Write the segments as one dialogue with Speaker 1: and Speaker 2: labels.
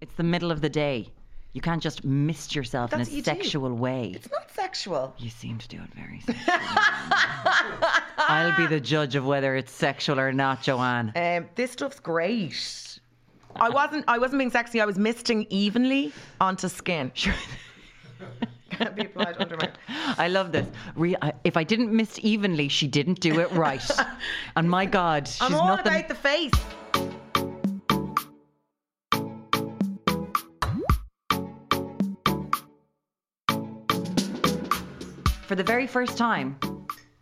Speaker 1: It's the middle of the day. You can't just mist yourself
Speaker 2: That's
Speaker 1: in
Speaker 2: what
Speaker 1: a
Speaker 2: you do.
Speaker 1: sexual way.
Speaker 2: It's not sexual.
Speaker 1: You seem to do it very sexually. I'll be the judge of whether it's sexual or not, Joanne.
Speaker 2: Um, this stuff's great. I wasn't. I wasn't being sexy. I was misting evenly onto skin. Sure. Can't be applied underwear.
Speaker 1: I love this. Re- I, if I didn't mist evenly, she didn't do it right. and my God, she's
Speaker 2: I'm all
Speaker 1: nothing.
Speaker 2: about the face.
Speaker 1: For the very first time,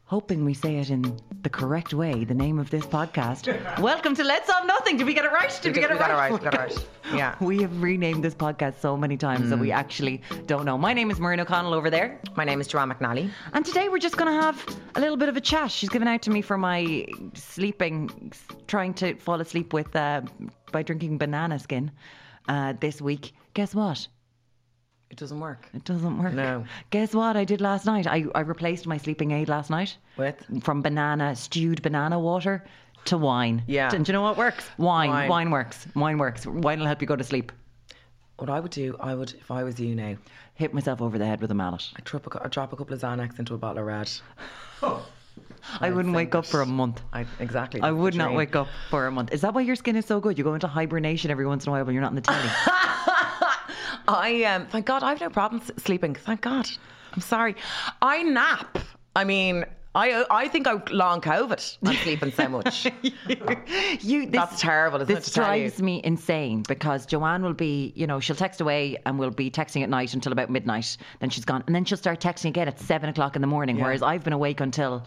Speaker 1: hoping we say it in the correct way, the name of this podcast. Welcome to Let's Solve Nothing. Did we get it right? Did we, get it
Speaker 2: got it
Speaker 1: right?
Speaker 2: right. We got it right. Yeah. Mm.
Speaker 1: We have renamed this podcast so many times that we actually don't know. My name is Maureen O'Connell over there.
Speaker 2: My name is Joanne McNally.
Speaker 1: And today we're just going to have a little bit of a chat. She's given out to me for my sleeping, trying to fall asleep with uh, by drinking banana skin uh, this week. Guess what?
Speaker 2: It doesn't work.
Speaker 1: It doesn't work.
Speaker 2: No.
Speaker 1: Guess what I did last night? I, I replaced my sleeping aid last night
Speaker 2: With
Speaker 1: from banana, stewed banana water to wine.
Speaker 2: Yeah.
Speaker 1: And do you know what works? Wine.
Speaker 2: Wine.
Speaker 1: Wine, works. Wine works. Wine will help you go to sleep.
Speaker 2: what I would do, I would if I was you now,
Speaker 1: Hit myself over the head with a mallet.
Speaker 2: I'd drop a, cou- I'd drop a couple of Xanax into a bottle of red.
Speaker 1: I wouldn't wake up for a month.
Speaker 2: I exactly.
Speaker 1: I
Speaker 2: that's the
Speaker 1: would not
Speaker 2: dream.
Speaker 1: wake up for a month. Is that why your skin is so good? You go into hibernation every once in a while when you're not in the telly.
Speaker 2: I um, thank God I have no problems sleeping. Thank God. I'm sorry. I nap. I mean, I I think I long COVID. I'm sleeping so much.
Speaker 1: you, this,
Speaker 2: That's terrible, isn't it,
Speaker 1: this
Speaker 2: to tell you?
Speaker 1: drives me insane because Joanne will be, you know, she'll text away and we'll be texting at night until about midnight. Then she's gone, and then she'll start texting again at seven o'clock in the morning. Whereas I've been awake until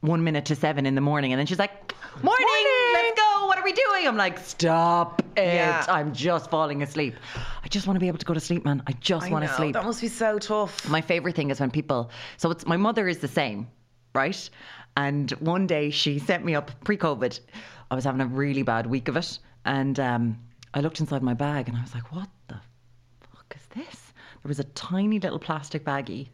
Speaker 1: one minute to seven in the morning, and then she's like, "Morning, let's go. What are we doing?" I'm like, "Stop it!
Speaker 2: Yeah.
Speaker 1: I'm just falling asleep. I just want to be able to go to sleep, man. I just
Speaker 2: I
Speaker 1: want to
Speaker 2: know,
Speaker 1: sleep."
Speaker 2: That must be so tough.
Speaker 1: my favorite thing is when people so it's my mother is the same right and one day she sent me up pre-covid i was having a really bad week of it and um, i looked inside my bag and i was like what the fuck is this there was a tiny little plastic baggie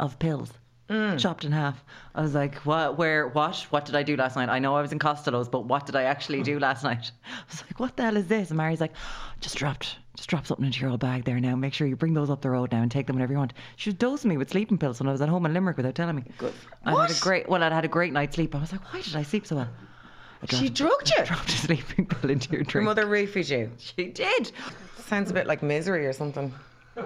Speaker 1: of pills
Speaker 2: Mm.
Speaker 1: chopped in half i was like what where what what did i do last night i know i was in costello's but what did i actually
Speaker 2: Mm.
Speaker 1: do last night i was like what the hell is this and mary's like just dropped just drop something into your old bag there now make sure you bring those up the road now and take them whenever you want she was dosing me with sleeping pills when i was at home in limerick without telling me good i had a
Speaker 2: What?
Speaker 1: great well i'd had a great night's sleep i was like why did i sleep so well I
Speaker 2: She
Speaker 1: dropped-
Speaker 2: drugged you.
Speaker 1: dropped a sleeping pill into your
Speaker 2: Your
Speaker 1: drink
Speaker 2: mother roofied you.
Speaker 1: she did
Speaker 2: Sounds a bit like misery or something.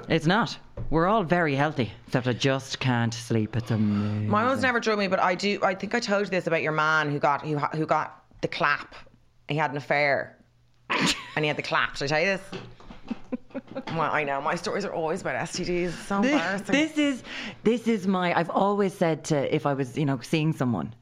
Speaker 1: it's not we're all very healthy except i just can't sleep at the moment
Speaker 2: My mum's never drugged me, but I do. I think I told you this about your man who got who, ha- who got the clap. He had an affair, and he had the clap. Did I tell you this? Well, I know my stories are always about STDs. It's so
Speaker 1: This,
Speaker 2: embarrassing.
Speaker 1: this is this is my. I've always said to if I was you know seeing someone,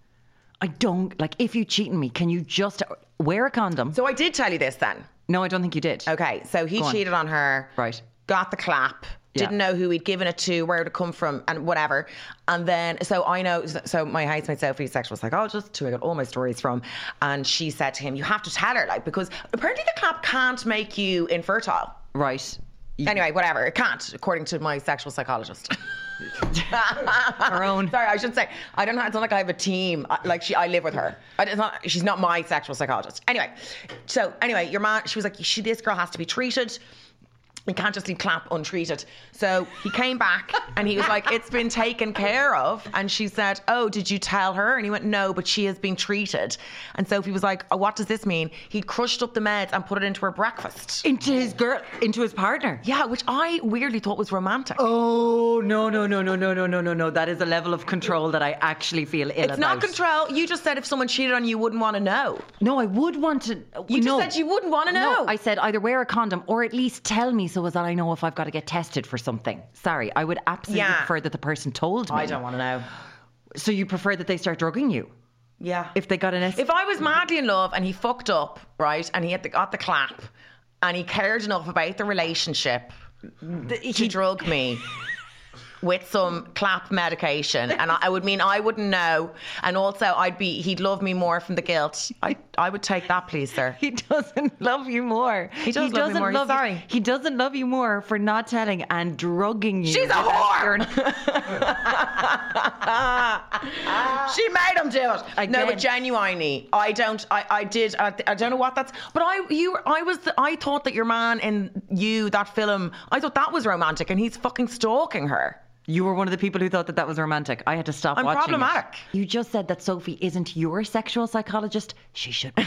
Speaker 1: I don't like if you cheating me. Can you just wear a condom?
Speaker 2: so Oh. I did tell you this then.
Speaker 1: no, I don't think you did.
Speaker 2: Okay, so he
Speaker 1: on.
Speaker 2: cheated on her.
Speaker 1: Right.
Speaker 2: Got the clap. Didn't know who he'd given it to, where it had come from, and whatever. And then, so I know, so my housemate Sophie, sexual psychologist, who oh, I got all my stories from, and she said to him, "You have to tell her, like, because apparently the clap can't make you infertile.
Speaker 1: Right. You-
Speaker 2: Anyway, whatever, it can't, according to my sexual psychologist."
Speaker 1: Her own.
Speaker 2: Sorry, I should say I don't. Have, it's not like I have a team. I, like she, I live with her. I, it's not. She's not my sexual psychologist. Anyway, so anyway, your man. She was like, she. This girl has to be treated. We can't just leave clap untreated. So he came back and he was like, "It's been taken care of." And she said, "Oh, did you tell her?" And he went, "No, but she has been treated." And Sophie was like, oh, "What does this mean?" He crushed up the meds and put it into her breakfast.
Speaker 1: Into his girl. Into his partner.
Speaker 2: Yeah, which I weirdly thought was romantic.
Speaker 1: Oh no no no no no no no no no! That is a level of control that I actually feel ill
Speaker 2: It's not control. You just said if someone cheated on you, you wouldn't want to know.
Speaker 1: No, I would want to.
Speaker 2: You just said you wouldn't want to know.
Speaker 1: No, I said either wear a condom or at least tell me so as that I know if I've got to get tested for something. Sorry, I would absolutely
Speaker 2: Yeah.
Speaker 1: prefer that the person told me.
Speaker 2: I don't want to know.
Speaker 1: So you prefer that they start drugging you
Speaker 2: Yeah. If
Speaker 1: if they got an S?
Speaker 2: if I was madly in love and he fucked up, right, and he had the, got the clap, and he cared enough about the relationship to drug me, with some clap medication, and I, I would mean I wouldn't know, and also I'd be he'd love me more from the guilt. I I would take that, please, sir.
Speaker 1: He doesn't love you more. He,
Speaker 2: does love me
Speaker 1: doesn't
Speaker 2: more. He's
Speaker 1: love you-
Speaker 2: sorry.
Speaker 1: He doesn't love you more for not telling and drugging you.
Speaker 2: She's a
Speaker 1: without
Speaker 2: whore.
Speaker 1: your-
Speaker 2: she made him do it. No,
Speaker 1: Again.
Speaker 2: but genuinely, I don't. I, I did. I, I don't know what that's. But I, you, I was. The, I thought that your man in you that film. I thought that was romantic, and he's fucking stalking her.
Speaker 1: You were one of the people who thought that that was romantic. I had to stop
Speaker 2: I'm
Speaker 1: watching. it.
Speaker 2: problematic.
Speaker 1: You just said that Sophie isn't your sexual psychologist. She should be.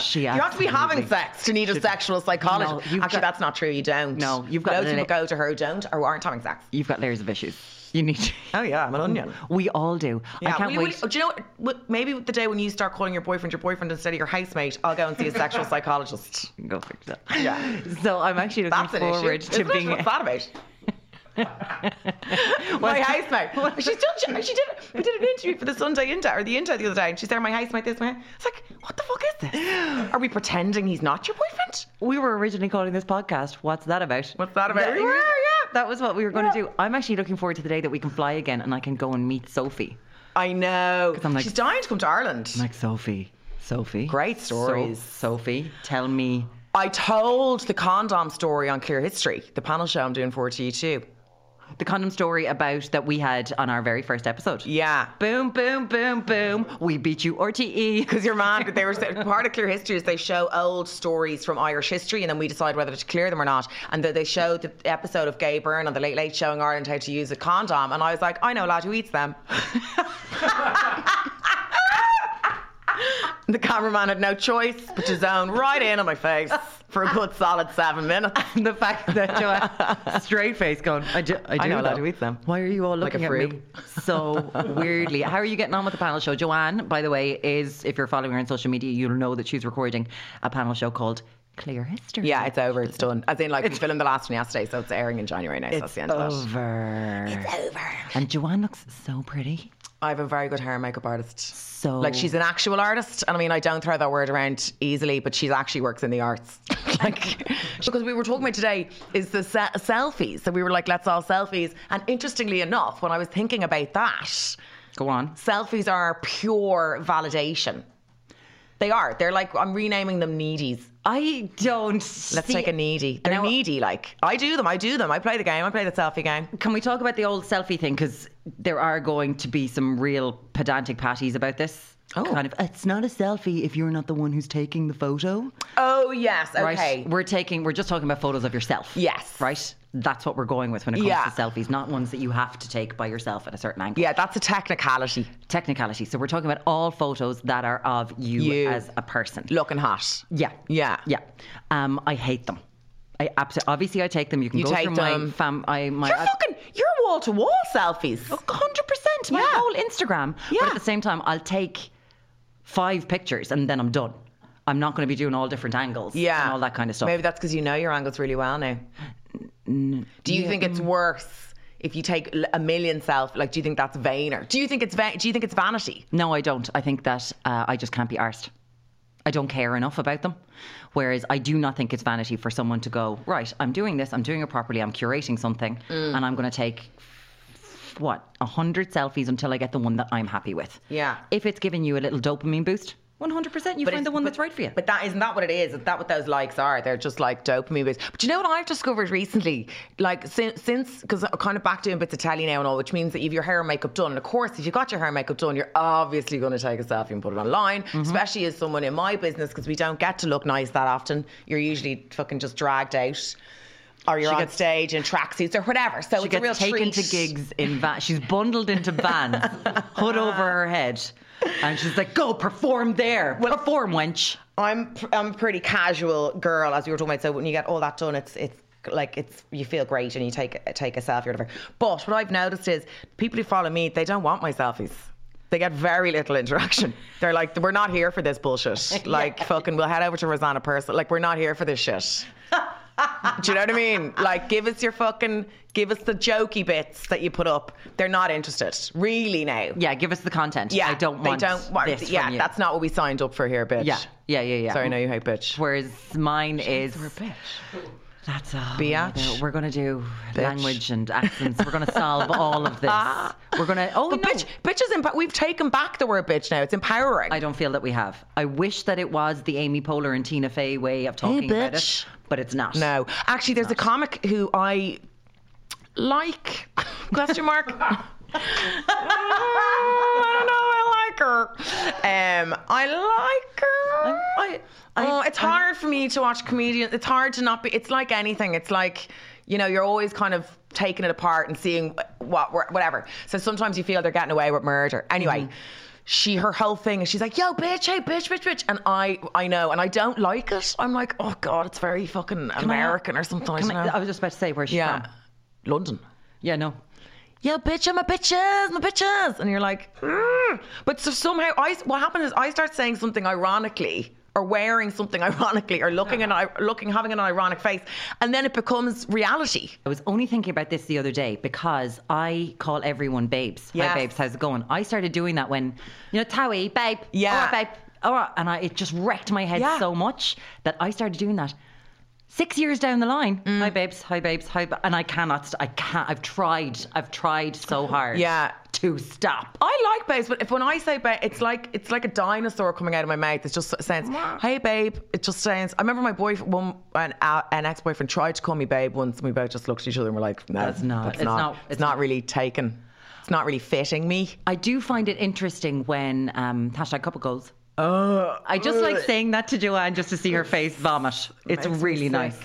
Speaker 1: she
Speaker 2: You have to be having
Speaker 1: absolutely-
Speaker 2: sex to need a sexual
Speaker 1: No,
Speaker 2: psychologist.
Speaker 1: you've
Speaker 2: Actually,
Speaker 1: got-
Speaker 2: that's not true. You don't.
Speaker 1: No, you've got
Speaker 2: loads of
Speaker 1: an-
Speaker 2: people go to her who don't or who aren't having sex.
Speaker 1: You've got layers of issues. You need to.
Speaker 2: Oh yeah, I'm an onion.
Speaker 1: We all do. I can't
Speaker 2: will you-
Speaker 1: wait.
Speaker 2: will you- do you know? what- what- Maybe the day when you start calling your boyfriend your boyfriend instead of your housemate, I'll go and see a sexual psychologist.
Speaker 1: Go fix that.
Speaker 2: Yeah.
Speaker 1: So I'm actually looking
Speaker 2: That's an
Speaker 1: forward
Speaker 2: issue.
Speaker 1: to
Speaker 2: Isn't it?
Speaker 1: being.
Speaker 2: What's that about? my housemate. She's done. She, she did. We did an interview for the Sunday Inter or the Inter the other day, and she's there. My housemate. This way. It's like, what the fuck is this? Are we pretending he's not your boyfriend?
Speaker 1: We were originally calling this podcast "What's That About?"
Speaker 2: What's that about?
Speaker 1: That-
Speaker 2: We were, yeah.
Speaker 1: That was what we were going to
Speaker 2: Yeah.
Speaker 1: do. I'm actually looking forward to the day that we can fly again and I can go and meet Sophie.
Speaker 2: I know.
Speaker 1: I'm like-
Speaker 2: she's dying to come to Ireland.
Speaker 1: Like Sophie, Sophie.
Speaker 2: Great
Speaker 1: So-
Speaker 2: stories.
Speaker 1: Sophie, tell me.
Speaker 2: I told the condom story on Clear History, the panel show I'm doing for TU2.
Speaker 1: the condom story about that we had on our very first episode.
Speaker 2: Yeah.
Speaker 1: Boom, boom, boom, boom. We beat you, E. RTE.
Speaker 2: Because your man, they were part of Clear History is they show old stories from Irish history, and then we decide whether to clear them or not. And they- they showed the episode of Gay Byrne on the Late Late showing Ireland how to use a condom, and I was like, I know a lad who eats them. the cameraman had no choice but to zone right in on my face for a good solid seven minutes.
Speaker 1: And the fact that Joanne, straight face going, I do, I do
Speaker 2: I know a lot
Speaker 1: though.
Speaker 2: who eats them.
Speaker 1: Why are you all
Speaker 2: Like a
Speaker 1: looking at me so weirdly? How are you getting on with the panel show? Joanne, by the way, is, if you're following her on social media, you'll know that she's recording a panel show called Clear History.
Speaker 2: Yeah, it's over. It's done. As in, like, we filmed the last one yesterday, so it's airing in January now. So that's the end of
Speaker 1: oh.
Speaker 2: that.
Speaker 1: Over.
Speaker 2: Over.
Speaker 1: And Joanne looks so pretty.
Speaker 2: I have a very good hair and makeup artist.
Speaker 1: So
Speaker 2: Like she's an actual artist, and I mean I don't throw that word around easily, but she's actually works in the arts. like because we were talking about today is the se- selfies, so we were like let's all selfies. And interestingly enough, when I was thinking about that,
Speaker 1: Go on.
Speaker 2: selfies are pure validation. They are. They're like I'm renaming them needies.
Speaker 1: I don't.
Speaker 2: Let's
Speaker 1: see
Speaker 2: take a needy. They're
Speaker 1: Now-
Speaker 2: needy. Like I do them. I do them. I play the game. I play the selfie game.
Speaker 1: Can we talk about the old selfie thing? Because there are going to be some real pedantic patties about this.
Speaker 2: Oh.
Speaker 1: Kind of, it's not a selfie if you're not the one who's taking the photo.
Speaker 2: Oh yes. Okay.
Speaker 1: Right? We're taking, we're just talking about photos of yourself.
Speaker 2: Yes.
Speaker 1: Right? That's what we're going with when it comes
Speaker 2: Yeah.
Speaker 1: to selfies, not ones that you have to take by yourself at a certain angle.
Speaker 2: Yeah, that's a technicality.
Speaker 1: Technicality. So we're talking about all photos that are of you,
Speaker 2: You.
Speaker 1: as a person.
Speaker 2: Looking hot.
Speaker 1: Yeah.
Speaker 2: Yeah.
Speaker 1: Yeah. Um, I hate them. I absolutely, obviously I take them. You can
Speaker 2: You
Speaker 1: go
Speaker 2: take
Speaker 1: through
Speaker 2: them.
Speaker 1: my fam, I, my,
Speaker 2: You're fucking. You're wall to wall selfies.
Speaker 1: Oh, hundred percent. My
Speaker 2: Yeah.
Speaker 1: whole Instagram. But
Speaker 2: Yeah.
Speaker 1: at the same time, I'll take five pictures and then I'm done. I'm not going to be doing all different angles.
Speaker 2: Yeah.
Speaker 1: And all that kind of stuff.
Speaker 2: Maybe that's because you know your angles really well now. Do you think it's worse if you take l- a million self? Like, do you think that's vainer? Do you think it's va- do you think it's vanity?
Speaker 1: No, I don't. I think that uh, I just can't be arsed. I don't care enough about them. Whereas I do not think it's vanity for someone to go, right, I'm doing this, I'm doing it properly, I'm curating something,
Speaker 2: Mm.
Speaker 1: and I'm going to take, what, 100 selfies until I get the one that I'm happy with.
Speaker 2: Yeah.
Speaker 1: If it's giving you a little dopamine boost, 100% you
Speaker 2: it's-
Speaker 1: find the one
Speaker 2: but-
Speaker 1: that's right for you.
Speaker 2: But that isn't that what it is. Isn't that what those likes are? They're just like dopamine boosts. But you know what I've discovered recently? Like since since because I'm kind of back doing bits of telly now and all, which means that you've your hair and makeup done. And of course, if you got your hair and makeup done, you're obviously going to take a selfie and put it online.
Speaker 1: Mm-hmm.
Speaker 2: Especially as someone in my business, because we don't get to look nice that often. You're usually fucking just dragged out. Or you're on
Speaker 1: gets-
Speaker 2: stage in tracksuits or whatever. So
Speaker 1: She
Speaker 2: it's a real
Speaker 1: gets taken
Speaker 2: treat.
Speaker 1: to gigs in van. She's bundled into vans, hood over her head, and she's like, "Go perform there. perform, wench."
Speaker 2: I'm pr- I'm a pretty casual girl, as we were talking about. So when you get all that done, it's it's like it's you feel great and you take take a selfie or whatever. But what I've noticed is people who follow me, they don't want my selfies. They get very little interaction. They're like, we're not here for this bullshit. Like, fucking, we'll head over to Rosanna Person. Like, we're not here for this shit. Do you know what I mean? Like, give us your fucking, give us the jokey bits that you put up. They're not interested, really. Now,
Speaker 1: Yeah, give us the content. I don't
Speaker 2: they
Speaker 1: want
Speaker 2: don't want-
Speaker 1: this
Speaker 2: Yeah,
Speaker 1: from you.
Speaker 2: that's not what we signed up for here, bitch.
Speaker 1: yeah, yeah, yeah, yeah.
Speaker 2: Sorry, no, you hate bitch.
Speaker 1: Whereas mine is That's all.
Speaker 2: Biatch.
Speaker 1: There- We're gonna do
Speaker 2: Bitch.
Speaker 1: language and accents. We're gonna solve all of this. We're gonna. Oh
Speaker 2: But
Speaker 1: no.
Speaker 2: bitch, bitch is emp- we've taken back the word bitch now. It's empowering.
Speaker 1: I don't feel that we have. I wish that it was the Amy Poehler and Tina Fey way of talking about
Speaker 2: bitch.
Speaker 1: it, but it's not.
Speaker 2: no, actually, there's a comic who I like. Question mark. I don't know. I like her. Um, I like her.
Speaker 1: I- I-
Speaker 2: oh, it's
Speaker 1: I-
Speaker 2: hard for me to watch comedians. It's hard to not be. It's like anything. It's like you know, you're always kind of taking it apart and seeing what wha- whatever. So sometimes you feel they're getting away with murder. Anyway. She her whole thing is she's like yo bitch hey bitch bitch bitch and I I know and I don't like it I'm like oh god it's very fucking American or something I
Speaker 1: Can
Speaker 2: don't
Speaker 1: I,
Speaker 2: know
Speaker 1: Um, I was just about to say where she's
Speaker 2: yeah
Speaker 1: from.
Speaker 2: London
Speaker 1: Yeah, no.
Speaker 2: yeah, bitch, I'm a bitches, my bitches. And you're like, "Mm." but so somehow, I, what happens is I start saying something ironically or wearing something ironically or looking, an, looking having an ironic face. And then it becomes reality.
Speaker 1: I was only thinking about this the other day because I call everyone babes.
Speaker 2: Yes.
Speaker 1: Hi babes, how's it going? I started doing that when you know Towie, babe.
Speaker 2: Yeah.
Speaker 1: All right, babe. All right, and I, it just wrecked my head
Speaker 2: Yeah.
Speaker 1: so much that I started doing that. Six years down the line,
Speaker 2: Mm.
Speaker 1: hi babes, hi babes, hi, ba-" and I cannot. st- I can't. I've tried. I've tried so hard.
Speaker 2: Yeah.
Speaker 1: To stop.
Speaker 2: I like babes, but if when I say babe, it's like it's like a dinosaur coming out of my mouth. It just sounds, hey babe. It just sounds. I remember my boyfriend, one, an, uh, an ex-boyfriend, tried to call me babe once, and we both just looked at each other and were like, no,
Speaker 1: That's not- it's not-
Speaker 2: it's,
Speaker 1: it's
Speaker 2: not
Speaker 1: not.
Speaker 2: really taken. It's not really fitting me.
Speaker 1: I do find it interesting when um, hashtag couple goals.
Speaker 2: Oh,
Speaker 1: I just like saying that to Joanne just to see her face vomit. It's
Speaker 2: Makes me
Speaker 1: really
Speaker 2: sick.
Speaker 1: nice.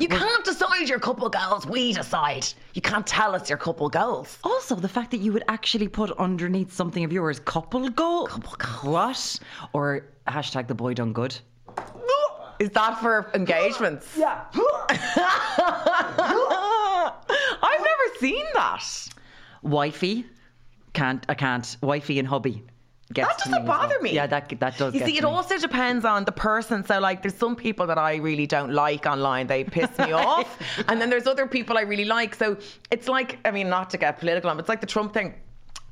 Speaker 2: You can't decide your couple goals. We decide. You can't tell us your couple goals.
Speaker 1: Also, the fact that you would actually put underneath something of yours couple goal. Couple goal. What? Or hashtag the boy done good.
Speaker 2: Is that for engagements?
Speaker 1: Yeah.
Speaker 2: I've never seen that.
Speaker 1: Wifey. Can't, I can't. Wifey and hubby. Gets
Speaker 2: That
Speaker 1: to
Speaker 2: doesn't
Speaker 1: me as well.
Speaker 2: bother me.
Speaker 1: Yeah, that, that does
Speaker 2: You
Speaker 1: get
Speaker 2: see,
Speaker 1: to
Speaker 2: it
Speaker 1: me.
Speaker 2: also depends on the person. So, like, there's some people that I really don't like online. They piss me off. And then there's other people I really like. So it's like, I mean, not to get political, but it's like the Trump thing.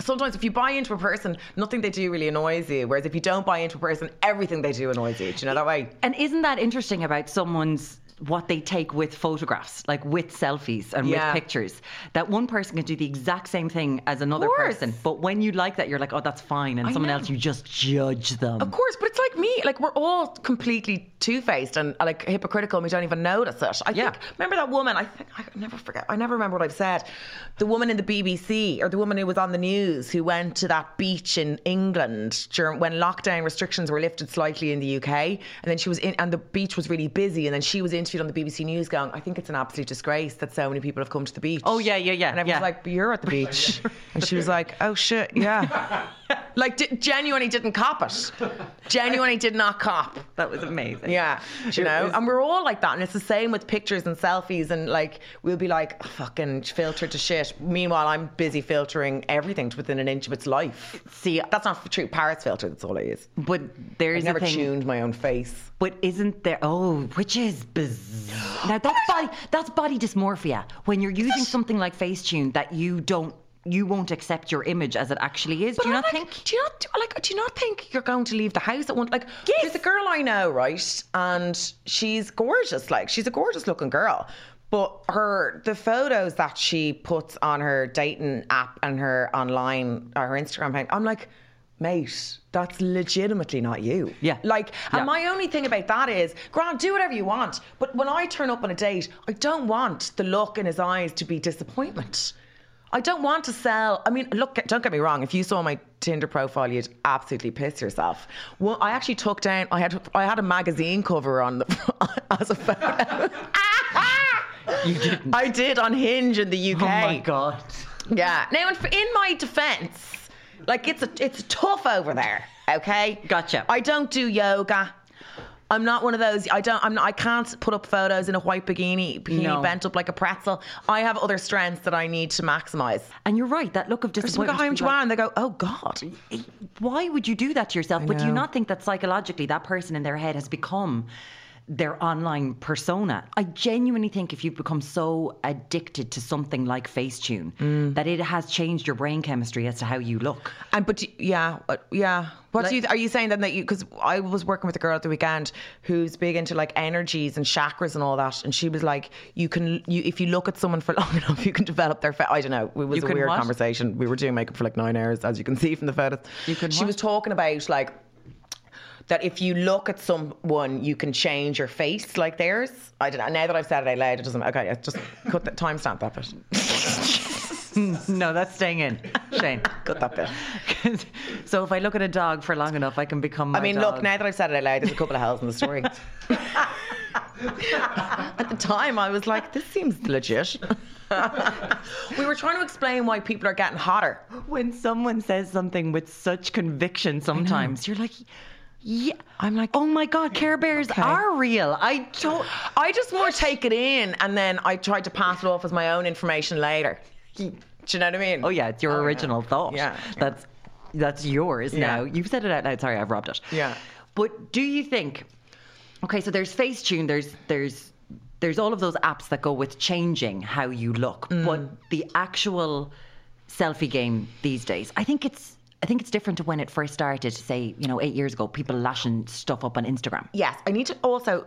Speaker 2: Sometimes, if you buy into a person, nothing they do really annoys you. Whereas if you don't buy into a person, everything they do annoys you. Do you know that way?
Speaker 1: And isn't that interesting about someone's what they take with photographs, like with selfies and
Speaker 2: Yeah.
Speaker 1: with pictures? That one person can do the exact same thing as another
Speaker 2: course.
Speaker 1: person, but when you like that, you're like, oh, that's fine, and someone
Speaker 2: know.
Speaker 1: else you just judge them.
Speaker 2: Of course, but it's like me. Like we're all completely two-faced and uh, like hypocritical, and we don't even notice it. I
Speaker 1: Yeah.
Speaker 2: think. Remember that woman? I think I never forget. I never remember what I've said. The woman in the BBC or the woman who was on the news who went to that beach in England during when lockdown restrictions were lifted slightly in the UK, and then she was in, and the beach was really busy, and then she was interviewed on the BBC News, going, "I think it's an absolute disgrace that so many people have come to the beach."
Speaker 1: Oh, yeah, yeah, yeah,
Speaker 2: And everyone's
Speaker 1: yeah.
Speaker 2: like, "But you're at the beach," and she was like, "Oh shit, yeah." Like, d- genuinely didn't cop it. Genuinely did not cop.
Speaker 1: That was amazing.
Speaker 2: Yeah, you
Speaker 1: It
Speaker 2: know,
Speaker 1: was-
Speaker 2: and we're all like that, and it's the same with pictures and selfies, and like we'll be like "Oh, fucking filtered to shit. Meanwhile, I'm busy filtering everything to within an inch of its life.
Speaker 1: See,
Speaker 2: That's not true. Paris filter. That's all I use.
Speaker 1: but there's
Speaker 2: I never
Speaker 1: a thing.
Speaker 2: tuned my own face.
Speaker 1: But isn't there? Oh, which is bizarre. Now that's body. That's body dysmorphia. When you're using something like Facetune that you don't, you won't accept your image as it actually is. Do you
Speaker 2: I'm
Speaker 1: not
Speaker 2: like,
Speaker 1: think?
Speaker 2: Do you not like? Do you not think you're going to leave the house at one? Like, there's a girl I know, right? And she's gorgeous. Like, she's a gorgeous looking girl. But her the photos that she puts on her dating app and her online or her Instagram thing, I'm like, mate, that's legitimately not you.
Speaker 1: Yeah.
Speaker 2: Like, and
Speaker 1: Yeah.
Speaker 2: my only thing about that is, Grant, do whatever you want. But when I turn up on a date, I don't want the look in his eyes to be disappointment. I don't want to sell. I mean, look, don't get me wrong. If you saw my Tinder profile, you'd absolutely piss yourself. Well, I actually took down. I had I had a magazine cover on the as a photo.
Speaker 1: You didn't.
Speaker 2: I did on Hinge in the UK.
Speaker 1: Oh my god.
Speaker 2: Yeah. Now, in, in my defence, like it's a, it's tough over there. Okay.
Speaker 1: Gotcha.
Speaker 2: I don't do yoga. I'm not one of those. I don't. I'm. Not, I can't put up photos in a white bikini, bikini
Speaker 1: No.
Speaker 2: bent up like a pretzel. I have other strengths that I need to maximise.
Speaker 1: And you're right. That look of
Speaker 2: So we go
Speaker 1: disappointment.
Speaker 2: home
Speaker 1: to
Speaker 2: to
Speaker 1: be like,
Speaker 2: and they go, "Oh God."
Speaker 1: why would you do that to yourself? But do
Speaker 2: know.
Speaker 1: you not think that psychologically that person in their head has become their online persona. I genuinely think if you've become so addicted to something like Facetune
Speaker 2: Mm.
Speaker 1: that it has changed your brain chemistry as to how you look.
Speaker 2: And but do- yeah, uh, yeah. What
Speaker 1: Like-
Speaker 2: do you are you saying then that you? Because I was working with a girl at the weekend who's big into like energies and chakras and all that, and she was like, "You can, you if you look at someone for long enough, you can develop their." Fa-. I don't know. It was
Speaker 1: You
Speaker 2: a
Speaker 1: can
Speaker 2: weird
Speaker 1: what?
Speaker 2: conversation. We were doing makeup for like nine hours, as you can see from the photos.
Speaker 1: You can
Speaker 2: She
Speaker 1: what?
Speaker 2: was talking about like that if you look at someone, you can change your face like theirs. I don't know. Now that I've said it out loud, it doesn't. Okay, I just cut that timestamp that bit.
Speaker 1: no, that's staying in, Shane.
Speaker 2: Cut that bit.
Speaker 1: 'Cause- so if I look at a dog for long enough, I can become. My
Speaker 2: I mean,
Speaker 1: dog.
Speaker 2: look, now that I've said it out loud, there's a couple of hells in the story. At the time, I was like, this seems legit. we were trying to explain why people are getting hotter.
Speaker 1: when someone says something with such conviction, sometimes you're like, yeah. I'm like, oh my god, Care Bears are real. I don't.
Speaker 2: I just want to take it in and then I tried to pass it off as my own information later. Do you know what I mean?
Speaker 1: Oh yeah, it's your original thought.
Speaker 2: Yeah, yeah.
Speaker 1: That's that's yours
Speaker 2: Yeah.
Speaker 1: now. You've said it out loud. Sorry, I've robbed it.
Speaker 2: Yeah.
Speaker 1: But do you think okay, so there's Facetune, there's there's there's all of those apps that go with changing how you look.
Speaker 2: Mm.
Speaker 1: But the actual selfie game these days, I think it's I think it's different to when it first started, say, you know, eight years ago, people lashing stuff up on Instagram.
Speaker 2: Yes, I need to also,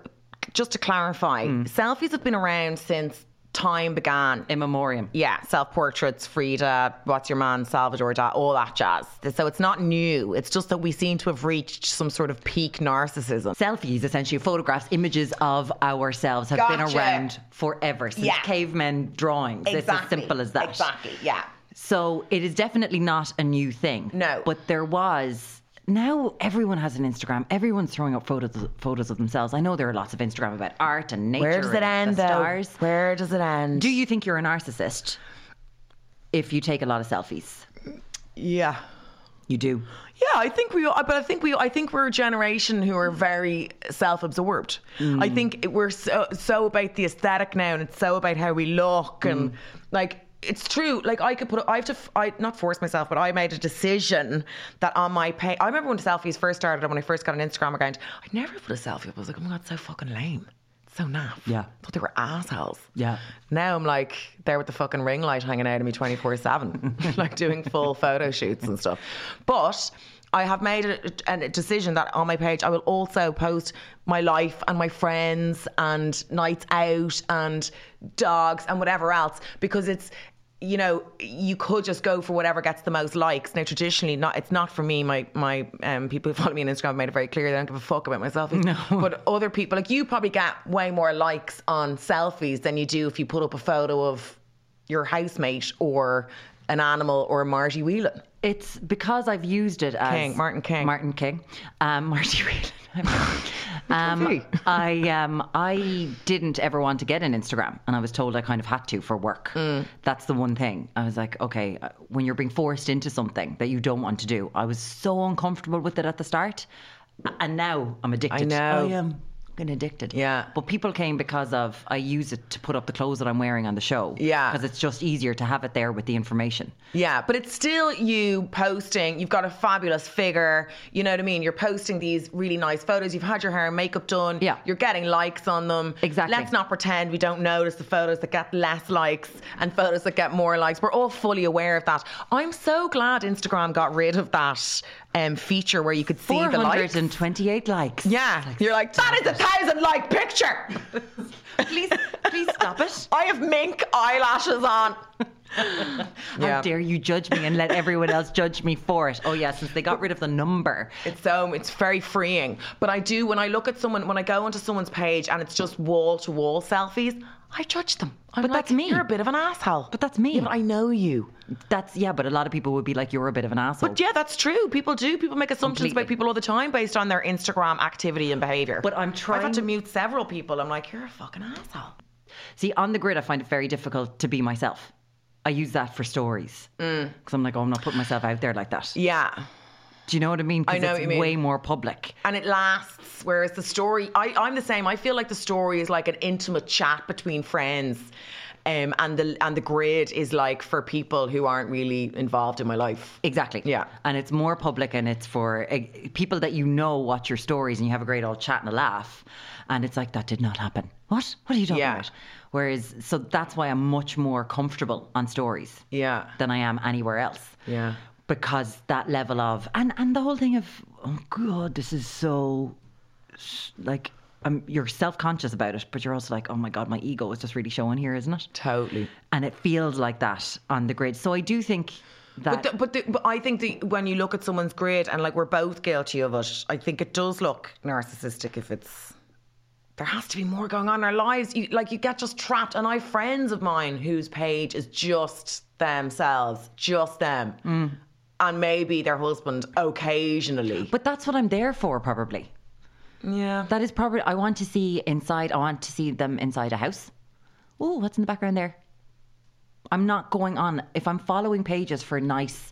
Speaker 2: just to clarify, selfies have been around since time began.
Speaker 1: In memoriam.
Speaker 2: Yeah, self portraits, Frida, what's your man, Salvador, Da, all that jazz. So it's not new. It's just that we seem to have reached some sort of peak narcissism.
Speaker 1: Selfies, essentially photographs, images of ourselves, have been
Speaker 2: Gotcha.
Speaker 1: around forever since
Speaker 2: Yeah.
Speaker 1: cavemen drawings. It's as simple as that.
Speaker 2: Exactly. Yeah.
Speaker 1: So it is definitely not a new thing.
Speaker 2: No.
Speaker 1: But there was. Now everyone has an Instagram. Everyone's throwing up photos photos of themselves. I know there are lots of Instagram about art and nature.
Speaker 2: Where does it
Speaker 1: and
Speaker 2: end,
Speaker 1: the
Speaker 2: though?
Speaker 1: stars.
Speaker 2: Where does it end?
Speaker 1: Do you think you're a narcissist if you take a lot of selfies?
Speaker 2: yeah.
Speaker 1: You do.
Speaker 2: Yeah, I think we, but I think we, I think we're a generation who are very self-absorbed. I think we're so, so about the aesthetic now, and it's so about how we look, and like it's true. Like I could put, I have to, f- I not force myself, but I made a decision that on my page. I remember when selfies first started, and when I first got an Instagram account, I never put a selfie up. I was like, oh my god, it's so fucking lame, It's so naff.
Speaker 1: Yeah.
Speaker 2: thought they were assholes.
Speaker 1: Yeah.
Speaker 2: Now I'm like there with the fucking ring light hanging out of me 24 7, like doing full photo shoots and stuff. But I have made a, a decision that on my page I will also post my life and my friends and nights out and dogs and whatever else because it's you know you could just go for whatever gets the most likes now traditionally not it's not for me my my um, people who follow me on instagram have made it very clear they don't give a fuck about myself no. but other people like you probably get way more likes on selfies than you do if you put up a photo of your housemate or an animal or marty whelan
Speaker 1: It's because I've used it as
Speaker 2: King, Martin King.
Speaker 1: Martin King, um, Marty Whelan. um,
Speaker 2: he?
Speaker 1: I um, I didn't ever want to get an Instagram, and I was told I kind of had to for work.
Speaker 2: Mm.
Speaker 1: That's the one thing I was like, okay, uh, when you're being forced into something that you don't want to do, I was so uncomfortable with it at the start, a- and now I'm addicted. Oh,
Speaker 2: know.
Speaker 1: I am. fucking Addicted.
Speaker 2: Yeah.
Speaker 1: But people came because of I use it to put up the clothes that I'm wearing on the show.
Speaker 2: Yeah.
Speaker 1: Because it's just easier to have it there with the information.
Speaker 2: Yeah, but it's still you posting. You've got a fabulous figure. You know what I mean? You're posting these really nice photos. You've had your hair and makeup done.
Speaker 1: Yeah.
Speaker 2: You're getting likes on them.
Speaker 1: Exactly.
Speaker 2: Let's not pretend we don't notice the photos that get less likes and photos that get more likes. We're all fully aware of that. I'm so glad Instagram got rid of that um, feature where you could see the likes.
Speaker 1: 428 likes.
Speaker 2: Yeah. You're like, that is a thousand like picture.
Speaker 1: Please, please stop it.
Speaker 2: I have mink eyelashes on. Oh,
Speaker 1: How
Speaker 2: Yeah.
Speaker 1: dare you judge me and let everyone else judge me for it? Oh yeah, since they got rid of the number.
Speaker 2: It's so it's very freeing. But I do when I look at someone when I go onto someone's page and it's just wall to wall selfies, I judge them. I'm
Speaker 1: But
Speaker 2: like,
Speaker 1: that's me.
Speaker 2: You're a bit of an asshole.
Speaker 1: But that's me.
Speaker 2: Yeah, but I know you.
Speaker 1: That's yeah, but a lot of people would be like, you're a bit of an asshole.
Speaker 2: But yeah, that's true. People do. People make assumptions
Speaker 1: Completely.
Speaker 2: about people all the time based on their Instagram activity and behavior.
Speaker 1: But I'm
Speaker 2: I've
Speaker 1: trying-
Speaker 2: had to mute several people. I'm like, you're a fucking asshole.
Speaker 1: See, on the grid, I find it very difficult to be
Speaker 2: Mm.
Speaker 1: myself. I use that for stories because I'm like, oh, I'm not putting myself out there like that.
Speaker 2: Yeah.
Speaker 1: Do you know what I mean? 'Cause
Speaker 2: I know
Speaker 1: it's
Speaker 2: what you mean.
Speaker 1: way more public.
Speaker 2: and it lasts. Whereas the story, I, I'm the same. I feel like the story is like an intimate chat between friends, um, and the and the grid is like for people who aren't really involved in my life.
Speaker 1: Exactly.
Speaker 2: Yeah.
Speaker 1: And it's more public and it's for eh, people that you know watch your stories and you have a great old chat and a laugh. And it's like, that did not happen. What? What are you talking
Speaker 2: Yeah.
Speaker 1: about? Whereas, so that's why I'm much more comfortable on stories
Speaker 2: Yeah,
Speaker 1: than I am anywhere else.
Speaker 2: yeah,
Speaker 1: Because that level of, and, and the whole thing of, oh God, this is so, s- like, um, you're self conscious about it, but you're also like, oh my God, my ego is just really showing here, isn't it?
Speaker 2: totally.
Speaker 1: And it feels like that on the grid. So I do think that.
Speaker 2: But, the, but, the, but I think that when you look at someone's grid, and like we're both guilty of it, I think it does look narcissistic if it's. There has to be more going on in our lives. You, like you get just trapped. And I have friends of mine whose page is just themselves, just them, and maybe their husband occasionally.
Speaker 1: But that's what I'm there for, probably.
Speaker 2: yeah,
Speaker 1: That is probably. I want to see inside. I want to see them inside a house. Oh, what's in the background there? I'm not going on. If I'm following pages for nice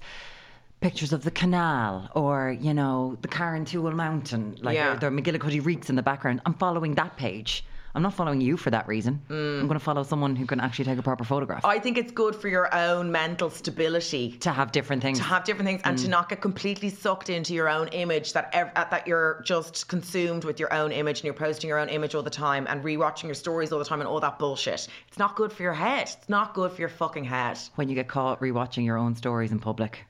Speaker 1: pictures of the canal or you know the Carantoul Mountain, like
Speaker 2: Yeah.
Speaker 1: yeah. there are McGillicuddy reeks in the background, I'm following that page. I'm not following you for that reason. I'm going to follow someone who can actually take a proper photograph
Speaker 2: Mm. I think it's good for your own mental stability
Speaker 1: to have different things.
Speaker 2: to have different things and to
Speaker 1: Mm.
Speaker 2: not get completely sucked into your own image that ev- uh, that you're just consumed with your own image and you're posting your own image all the time and rewatching your stories all the time and all that bullshit. It's not good for your head. It's not good for your fucking head.
Speaker 1: when you get caught rewatching your own stories in public,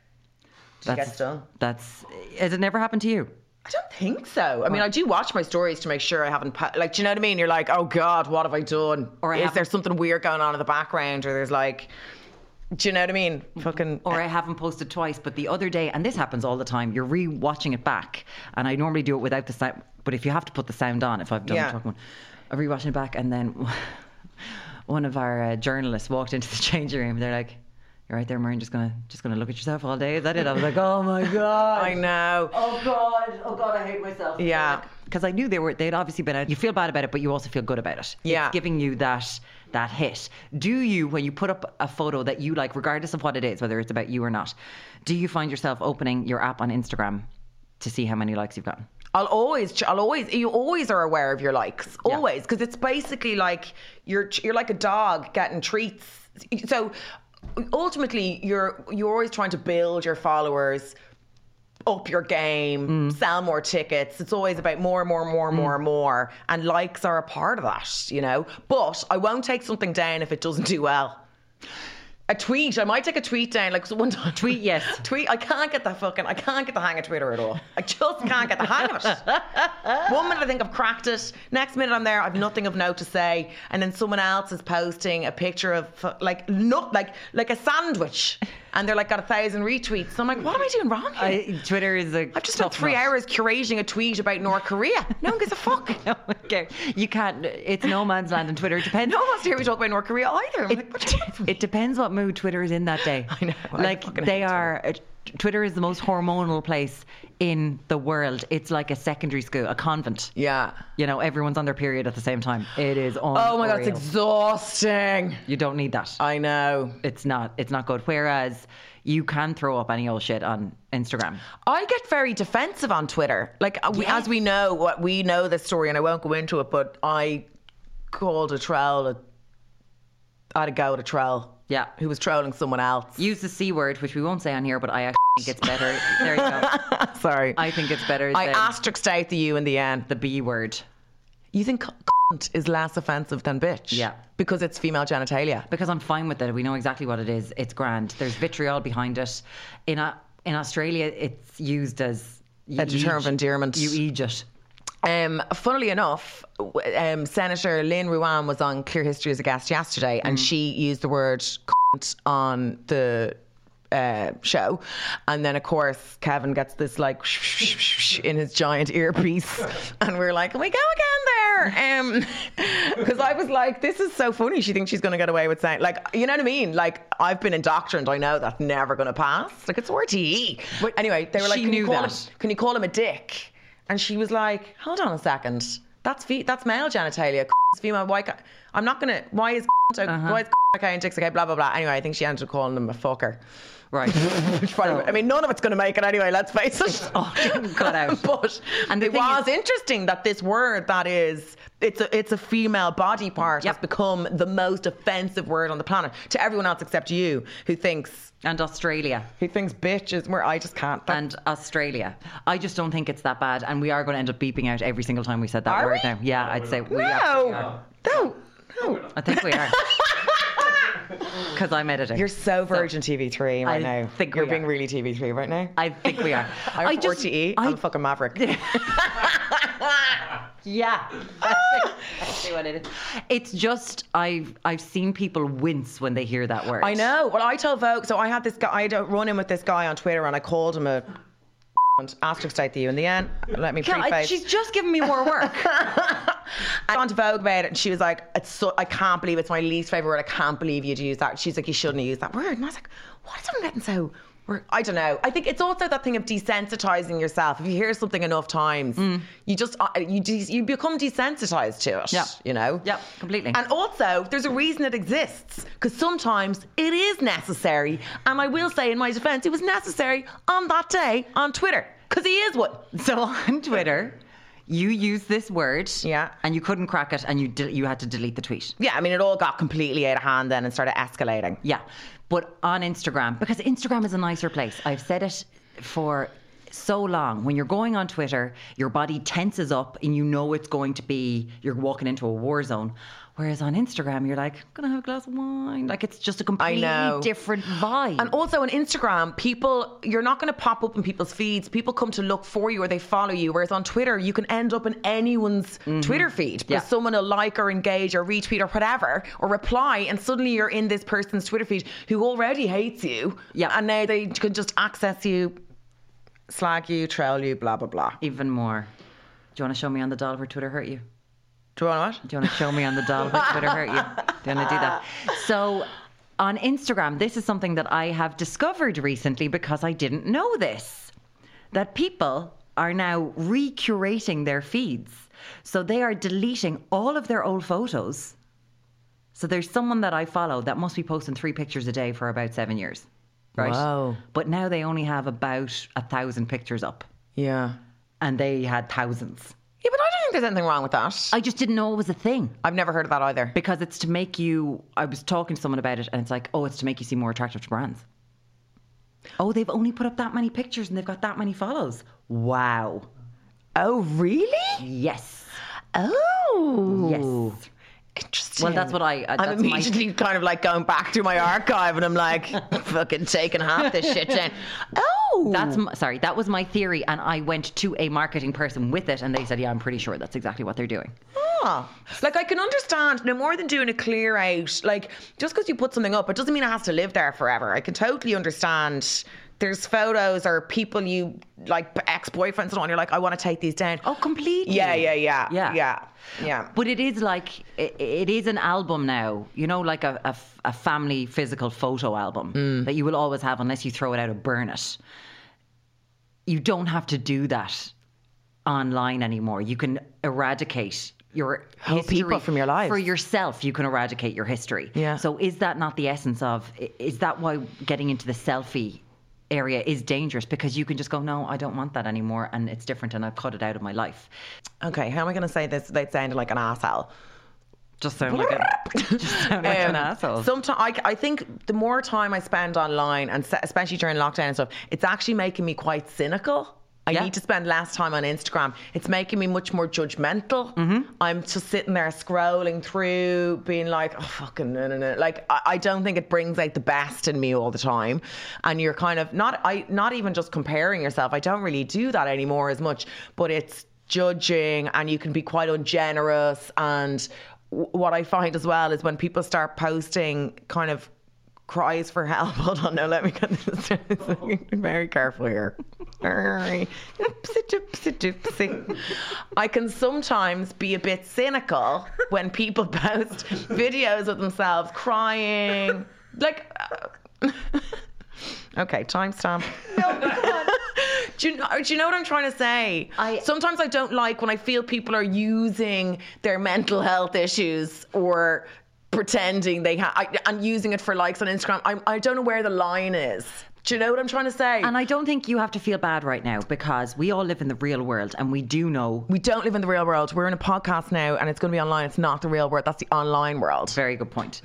Speaker 2: Did you get stung?
Speaker 1: that's. Has it never happened to you?
Speaker 2: I don't think so. I mean, I do watch my stories to make sure I haven't po- like. Do you know what I mean? You're like, oh god, what have I done?
Speaker 1: Or I
Speaker 2: is
Speaker 1: haven't-
Speaker 2: there something weird going on in the background? Or there's like, do you know what I mean? Fucking
Speaker 1: Mm-hmm. or I haven't posted twice, but the other day, and this happens all the time, you're re watching it back. And I normally do it without the sound, but if you have to put the sound on, if I've done
Speaker 2: Yeah.
Speaker 1: the talking one, I'm re watching it back. And then one of our uh, journalists walked into the changing room. They're like, You're right there, Maureen, just gonna just gonna look at yourself all day. Is that it? I was like, Oh my God.
Speaker 2: I know.
Speaker 1: Oh God. Oh God, I hate myself.
Speaker 2: Yeah.
Speaker 1: Because I knew they were they'd obviously been out. You feel bad about it, but you also feel good about it. It's
Speaker 2: Yeah.
Speaker 1: giving you that that hit. Do you, when you put up a photo that you like, regardless of what it is, whether it's about you or not, do you find yourself opening your app on Instagram to see how many likes you've gotten?
Speaker 2: I'll always, ch- I'll always, you always are aware of your likes,
Speaker 1: Yeah.
Speaker 2: always, because it's basically like you're ch- you're like a dog getting treats. So ultimately, you're you're always trying to build your followers, up your
Speaker 1: Mm.
Speaker 2: game, sell more tickets. It's always about more, more, more, more, more, and likes are a part of that, you know. But I won't take something down if it doesn't do well. A tweet, I might take a tweet down. Like so one time,
Speaker 1: Tweet, yes.
Speaker 2: tweet. I can't get the fucking. I can't get the hang of Twitter at all. I just can't get the hang of it. One minute I think I've cracked it. Next minute I'm there. I've nothing of note to say. And then someone else is posting a picture of fu- like nut, like like a sandwich, and they're like got a thousand retweets. So I'm like, what am I doing wrong here?
Speaker 1: I, Twitter is a.
Speaker 2: I've just spent
Speaker 1: tough
Speaker 2: three
Speaker 1: nut.
Speaker 2: hours curating a tweet about North Korea. No one gives a fuck.
Speaker 1: No one cares. You can't. It's no man's land on Twitter. It depends.
Speaker 2: No one wants to hear me talk about North Korea either. I'm like, what do you want from me?
Speaker 1: It depends what mood Twitter is in that day.
Speaker 2: I know, I
Speaker 1: Like
Speaker 2: fucking
Speaker 1: they
Speaker 2: hate
Speaker 1: are. uh, Twitter is the most hormonal place in the world. It's like a secondary school, a convent.
Speaker 2: yeah.
Speaker 1: You know, everyone's on their period at the same time. It is on.
Speaker 2: Oh my god, it's Uh, exhausting.
Speaker 1: you don't need that.
Speaker 2: I know.
Speaker 1: It's not. It's not good. Whereas you can throw up any old shit on Instagram.
Speaker 2: I get very defensive on Twitter. Like uh, we, as we know, what we know this story, and I won't go into it, but I called a troll. A, I had a go at a troll
Speaker 1: Yeah.
Speaker 2: who was trolling someone else.
Speaker 1: Use the c word, which we won't say on here, but I actually think it's better. There you go.
Speaker 2: Sorry, I,
Speaker 1: I think it's better. than
Speaker 2: asterisked out the U in the end.
Speaker 1: the b word.
Speaker 2: You think c- cunt is less offensive than bitch?
Speaker 1: Yeah.
Speaker 2: because it's female genitalia.
Speaker 1: because I'm fine with it. We know exactly what it is. It's grand. There's vitriol behind it. In a, in Australia, it's used as you
Speaker 2: A term of
Speaker 1: eej-
Speaker 2: endearment.
Speaker 1: You eej it.
Speaker 2: Um, funnily enough, w- um, Senator Lynn Ruan was on Clear History as a guest yesterday, and
Speaker 1: Mm.
Speaker 2: she used the word cunt on the uh, show. And then, of course, Kevin gets this like in his giant earpiece, and we're like, "Can we go again there?" Because I was like, "This is so funny." She thinks she's going to get away with saying, like, you know what I mean? Like, I've been indoctrined. I know that's never going to pass. Like, it's RTE. But anyway, they were like,
Speaker 1: she
Speaker 2: "Can you
Speaker 1: knew
Speaker 2: call
Speaker 1: that.
Speaker 2: it can you call him a dick? And she was like, hold on a second. That's fe- that's male genitalia. female. Why? ca- I'm not gonna. Why is okay?
Speaker 1: Uh-huh.
Speaker 2: Why is okay and chicks okay? Blah blah blah. Anyway, I think she ended up calling them a fucker.
Speaker 1: Right.
Speaker 2: Which probably, I mean, none of it's going to make it anyway. Let's face it.
Speaker 1: Oh, it got out.
Speaker 2: but
Speaker 1: And the
Speaker 2: it
Speaker 1: thing
Speaker 2: was interesting that this word that is it's a it's a female body part
Speaker 1: Yep.
Speaker 2: has become the most offensive word on the planet to everyone else except you, who thinks
Speaker 1: And Australia.
Speaker 2: who thinks bitch is where I just can't. That-
Speaker 1: And Australia. I just don't think it's that bad. And we are going to end up beeping out every single time we said that
Speaker 2: Are
Speaker 1: word
Speaker 2: we?
Speaker 1: now. Yeah, I'd say we absolutely are.
Speaker 2: no, no, no.
Speaker 1: I think we are. Because I'm editing.
Speaker 2: You're so Virgin TV3 right
Speaker 1: I
Speaker 2: now.
Speaker 1: think
Speaker 2: You're
Speaker 1: we
Speaker 2: being
Speaker 1: are.
Speaker 2: really TV3 right now.
Speaker 1: I think we are.
Speaker 2: I'm
Speaker 1: I just-
Speaker 2: 4TE.
Speaker 1: I-
Speaker 2: I'm a fucking maverick.
Speaker 1: Yeah. That's what it is. It's just I've I've seen people wince when they hear that word.
Speaker 2: I know. Well, I tell Vogue. So I had this guy. I had a run in with this guy on Twitter, and I called him a. and Asterisk out the U in the end. Let me
Speaker 1: Kel, I-
Speaker 2: preface.
Speaker 1: she's just giving me more work.
Speaker 2: I went on to Vogue about it, and she was like, "It's so I can't believe it's my least favorite word. I can't believe you'd use that." She's like, "You shouldn't use that word." And I was like, "What is everyone getting so?" we're- I don't know. I think it's also that thing of desensitizing yourself. If you hear something enough times,
Speaker 1: Mm.
Speaker 2: you just uh, you des- you become desensitized to it.
Speaker 1: Yeah.
Speaker 2: You know.
Speaker 1: Yeah, completely.
Speaker 2: And also, there's a reason it exists because sometimes it is necessary. And I will say, in my defense, it was necessary on that day on Twitter because he is one.
Speaker 1: so on Twitter, you use this word.
Speaker 2: Yeah.
Speaker 1: And you couldn't crack it, and you de- you had to delete the tweet.
Speaker 2: Yeah, I mean, it all got completely out of hand then and started escalating.
Speaker 1: Yeah. But on Instagram, because Instagram is a nicer place. I've said it for so long. When you're going on Twitter, your body tenses up and you know it's going to be, you're walking into a war zone. Whereas on Instagram, you're like, I'm going to have a glass of wine. Like it's just a completely
Speaker 2: know.
Speaker 1: different vibe.
Speaker 2: And also on Instagram, people, you're not going to pop up in people's feeds. People come to look for you or they follow you. Whereas on Twitter, you can end up in anyone's Twitter feed because
Speaker 1: Yeah.
Speaker 2: someone will like or engage or retweet or whatever or reply, and suddenly you're in this person's Twitter feed who already hates you.
Speaker 1: Yeah.
Speaker 2: And now they can just access you, slag you, trail you, blah, blah, blah.
Speaker 1: Even more. Do you want to show me on the doll where Twitter hurt you?
Speaker 2: Do you want to what?
Speaker 1: Do you want to show me on the doll which would hurt you? Do you want to do that? So on Instagram, this is something that I have discovered recently because I didn't know this that people are now recurating their feeds. So they are deleting all of their old photos. So there's someone that I follow that must be posting three pictures a day for about seven years. Right.
Speaker 2: Wow.
Speaker 1: But now they only have about a thousand pictures up.
Speaker 2: Yeah.
Speaker 1: And they had thousands.
Speaker 2: Yeah, but I don't think there's anything wrong with that.
Speaker 1: I just didn't know it was a thing.
Speaker 2: I've never heard of that either.
Speaker 1: because it's to make you. I was talking to someone about it, and it's like, oh, it's to make you seem more attractive to brands. Oh, they've only put up that many pictures, and they've got that many follows. Wow.
Speaker 2: Oh, really?
Speaker 1: Yes.
Speaker 2: Oh.
Speaker 1: Yes.
Speaker 2: Interesting.
Speaker 1: Well, that's what I. Uh,
Speaker 2: I'm
Speaker 1: that's my-
Speaker 2: immediately kind of like going back to my archive and I'm like, fucking taking half this shit down. Oh.
Speaker 1: that's my, sorry. That was my theory, and I went to a marketing person with it, and they said, "Yeah, I'm pretty sure that's exactly what they're doing."
Speaker 2: Ah. Like, I can understand no more than doing a clear out. Like, just because you put something up, it doesn't mean it has to live there forever. I can totally understand. There's photos or people you like, ex boyfriends and all, and you're like, I want to take these down.
Speaker 1: Oh, completely.
Speaker 2: Yeah, yeah, yeah.
Speaker 1: Yeah.
Speaker 2: Yeah. Yeah.
Speaker 1: But it is like it, it is an album now, you know, like a, a f- a family physical photo album
Speaker 2: Mm.
Speaker 1: that you will always have unless you throw it out or burn it. You don't have to do that online anymore. You can eradicate your
Speaker 2: Whole
Speaker 1: history
Speaker 2: people from your lives.
Speaker 1: for yourself. You can eradicate your history.
Speaker 2: Yeah.
Speaker 1: So is that not the essence of? i- Is that why getting into the selfie? area is dangerous because you can just go no I don't want that anymore and it's different and I've cut it out of my life
Speaker 2: Okay, how am I going to say this without sounding like an asshole?
Speaker 1: just sound like a just sound like an asshole
Speaker 2: Sometimes Um, I, I think the more time I spend online, and se- especially during lockdown and stuff, it's actually making me quite cynical. I
Speaker 1: Yeah.
Speaker 2: need to spend less time on Instagram. It's making me much more judgmental.
Speaker 1: Mm-hmm.
Speaker 2: I'm just sitting there scrolling through, being like, oh, fucking no, no, no. Like, I, I don't think it brings out the best in me all the time. And you're kind of not, I, not even just comparing yourself. I don't really do that anymore as much, but it's judging and you can be quite ungenerous and w- what I find as well is when people start posting kind of cries for help. Hold on, no, let me get this down. very careful here. Very. Oopsie doopsie doopsie. I can sometimes be a bit cynical when people post videos of themselves crying. Like, uh, okay, timestamp. Do you, know, do you know what I'm trying to say?
Speaker 1: I-
Speaker 2: Sometimes I don't like when I feel people are using their mental health issues or pretending they have, and using it for likes on Instagram. I, I don't know where the line is. Do you know what I'm trying to say?
Speaker 1: And I don't think you have to feel bad right now because we all live in the real world and we do know.
Speaker 2: we don't live in the real world. We're in a podcast now and it's going to be online. It's not the real world. That's the online world.
Speaker 1: Very good point.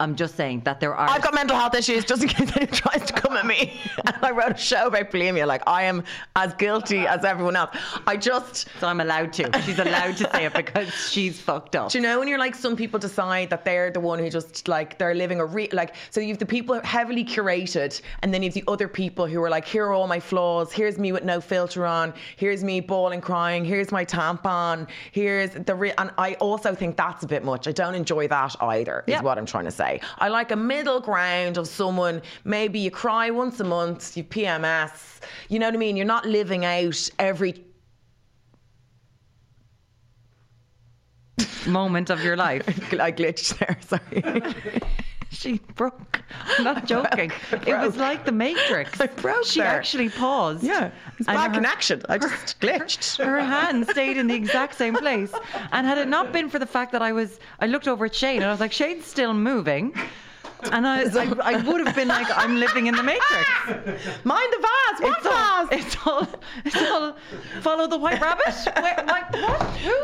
Speaker 1: I'm just saying that there are.
Speaker 2: I've got mental health issues just in case anyone tries to come at me. And I wrote a show about bulimia. Like, I am as guilty as everyone else. I just,
Speaker 1: so I'm allowed to. She's allowed to say it because she's fucked up.
Speaker 2: do you know when you're like, some people decide that they're the one who just like, they're living a re, like, so you have the people heavily curated and then you have the other people who are like, here are all my flaws. Here's me with no filter on. Here's me bawling, crying. Here's my tampon. Here's the re, and I also think that's a bit much. I don't enjoy that either, is
Speaker 1: Yeah.
Speaker 2: what I'm trying to say. I like a middle ground of someone, maybe you cry once a month, you PMS, you know what I mean? You're not living out every
Speaker 1: Moment of your life.
Speaker 2: I glitched there. Sorry,
Speaker 1: She broke. I'm not joking. It was
Speaker 2: broke.
Speaker 1: like the Matrix.
Speaker 2: I broke
Speaker 1: She
Speaker 2: there.
Speaker 1: actually paused.
Speaker 2: it's
Speaker 1: And
Speaker 2: bad
Speaker 1: her-
Speaker 2: connection. I just glitched.
Speaker 1: her hand stayed in the exact same place. And had it not been for the fact that I was, I looked over at Shane and I was like, Shane's still moving. And I, I, I would have been like, I'm living in the Matrix.
Speaker 2: Mind the vase. What
Speaker 1: It's all,
Speaker 2: vase?
Speaker 1: it's all, it's all, follow the white rabbit. Where, like, what? Who?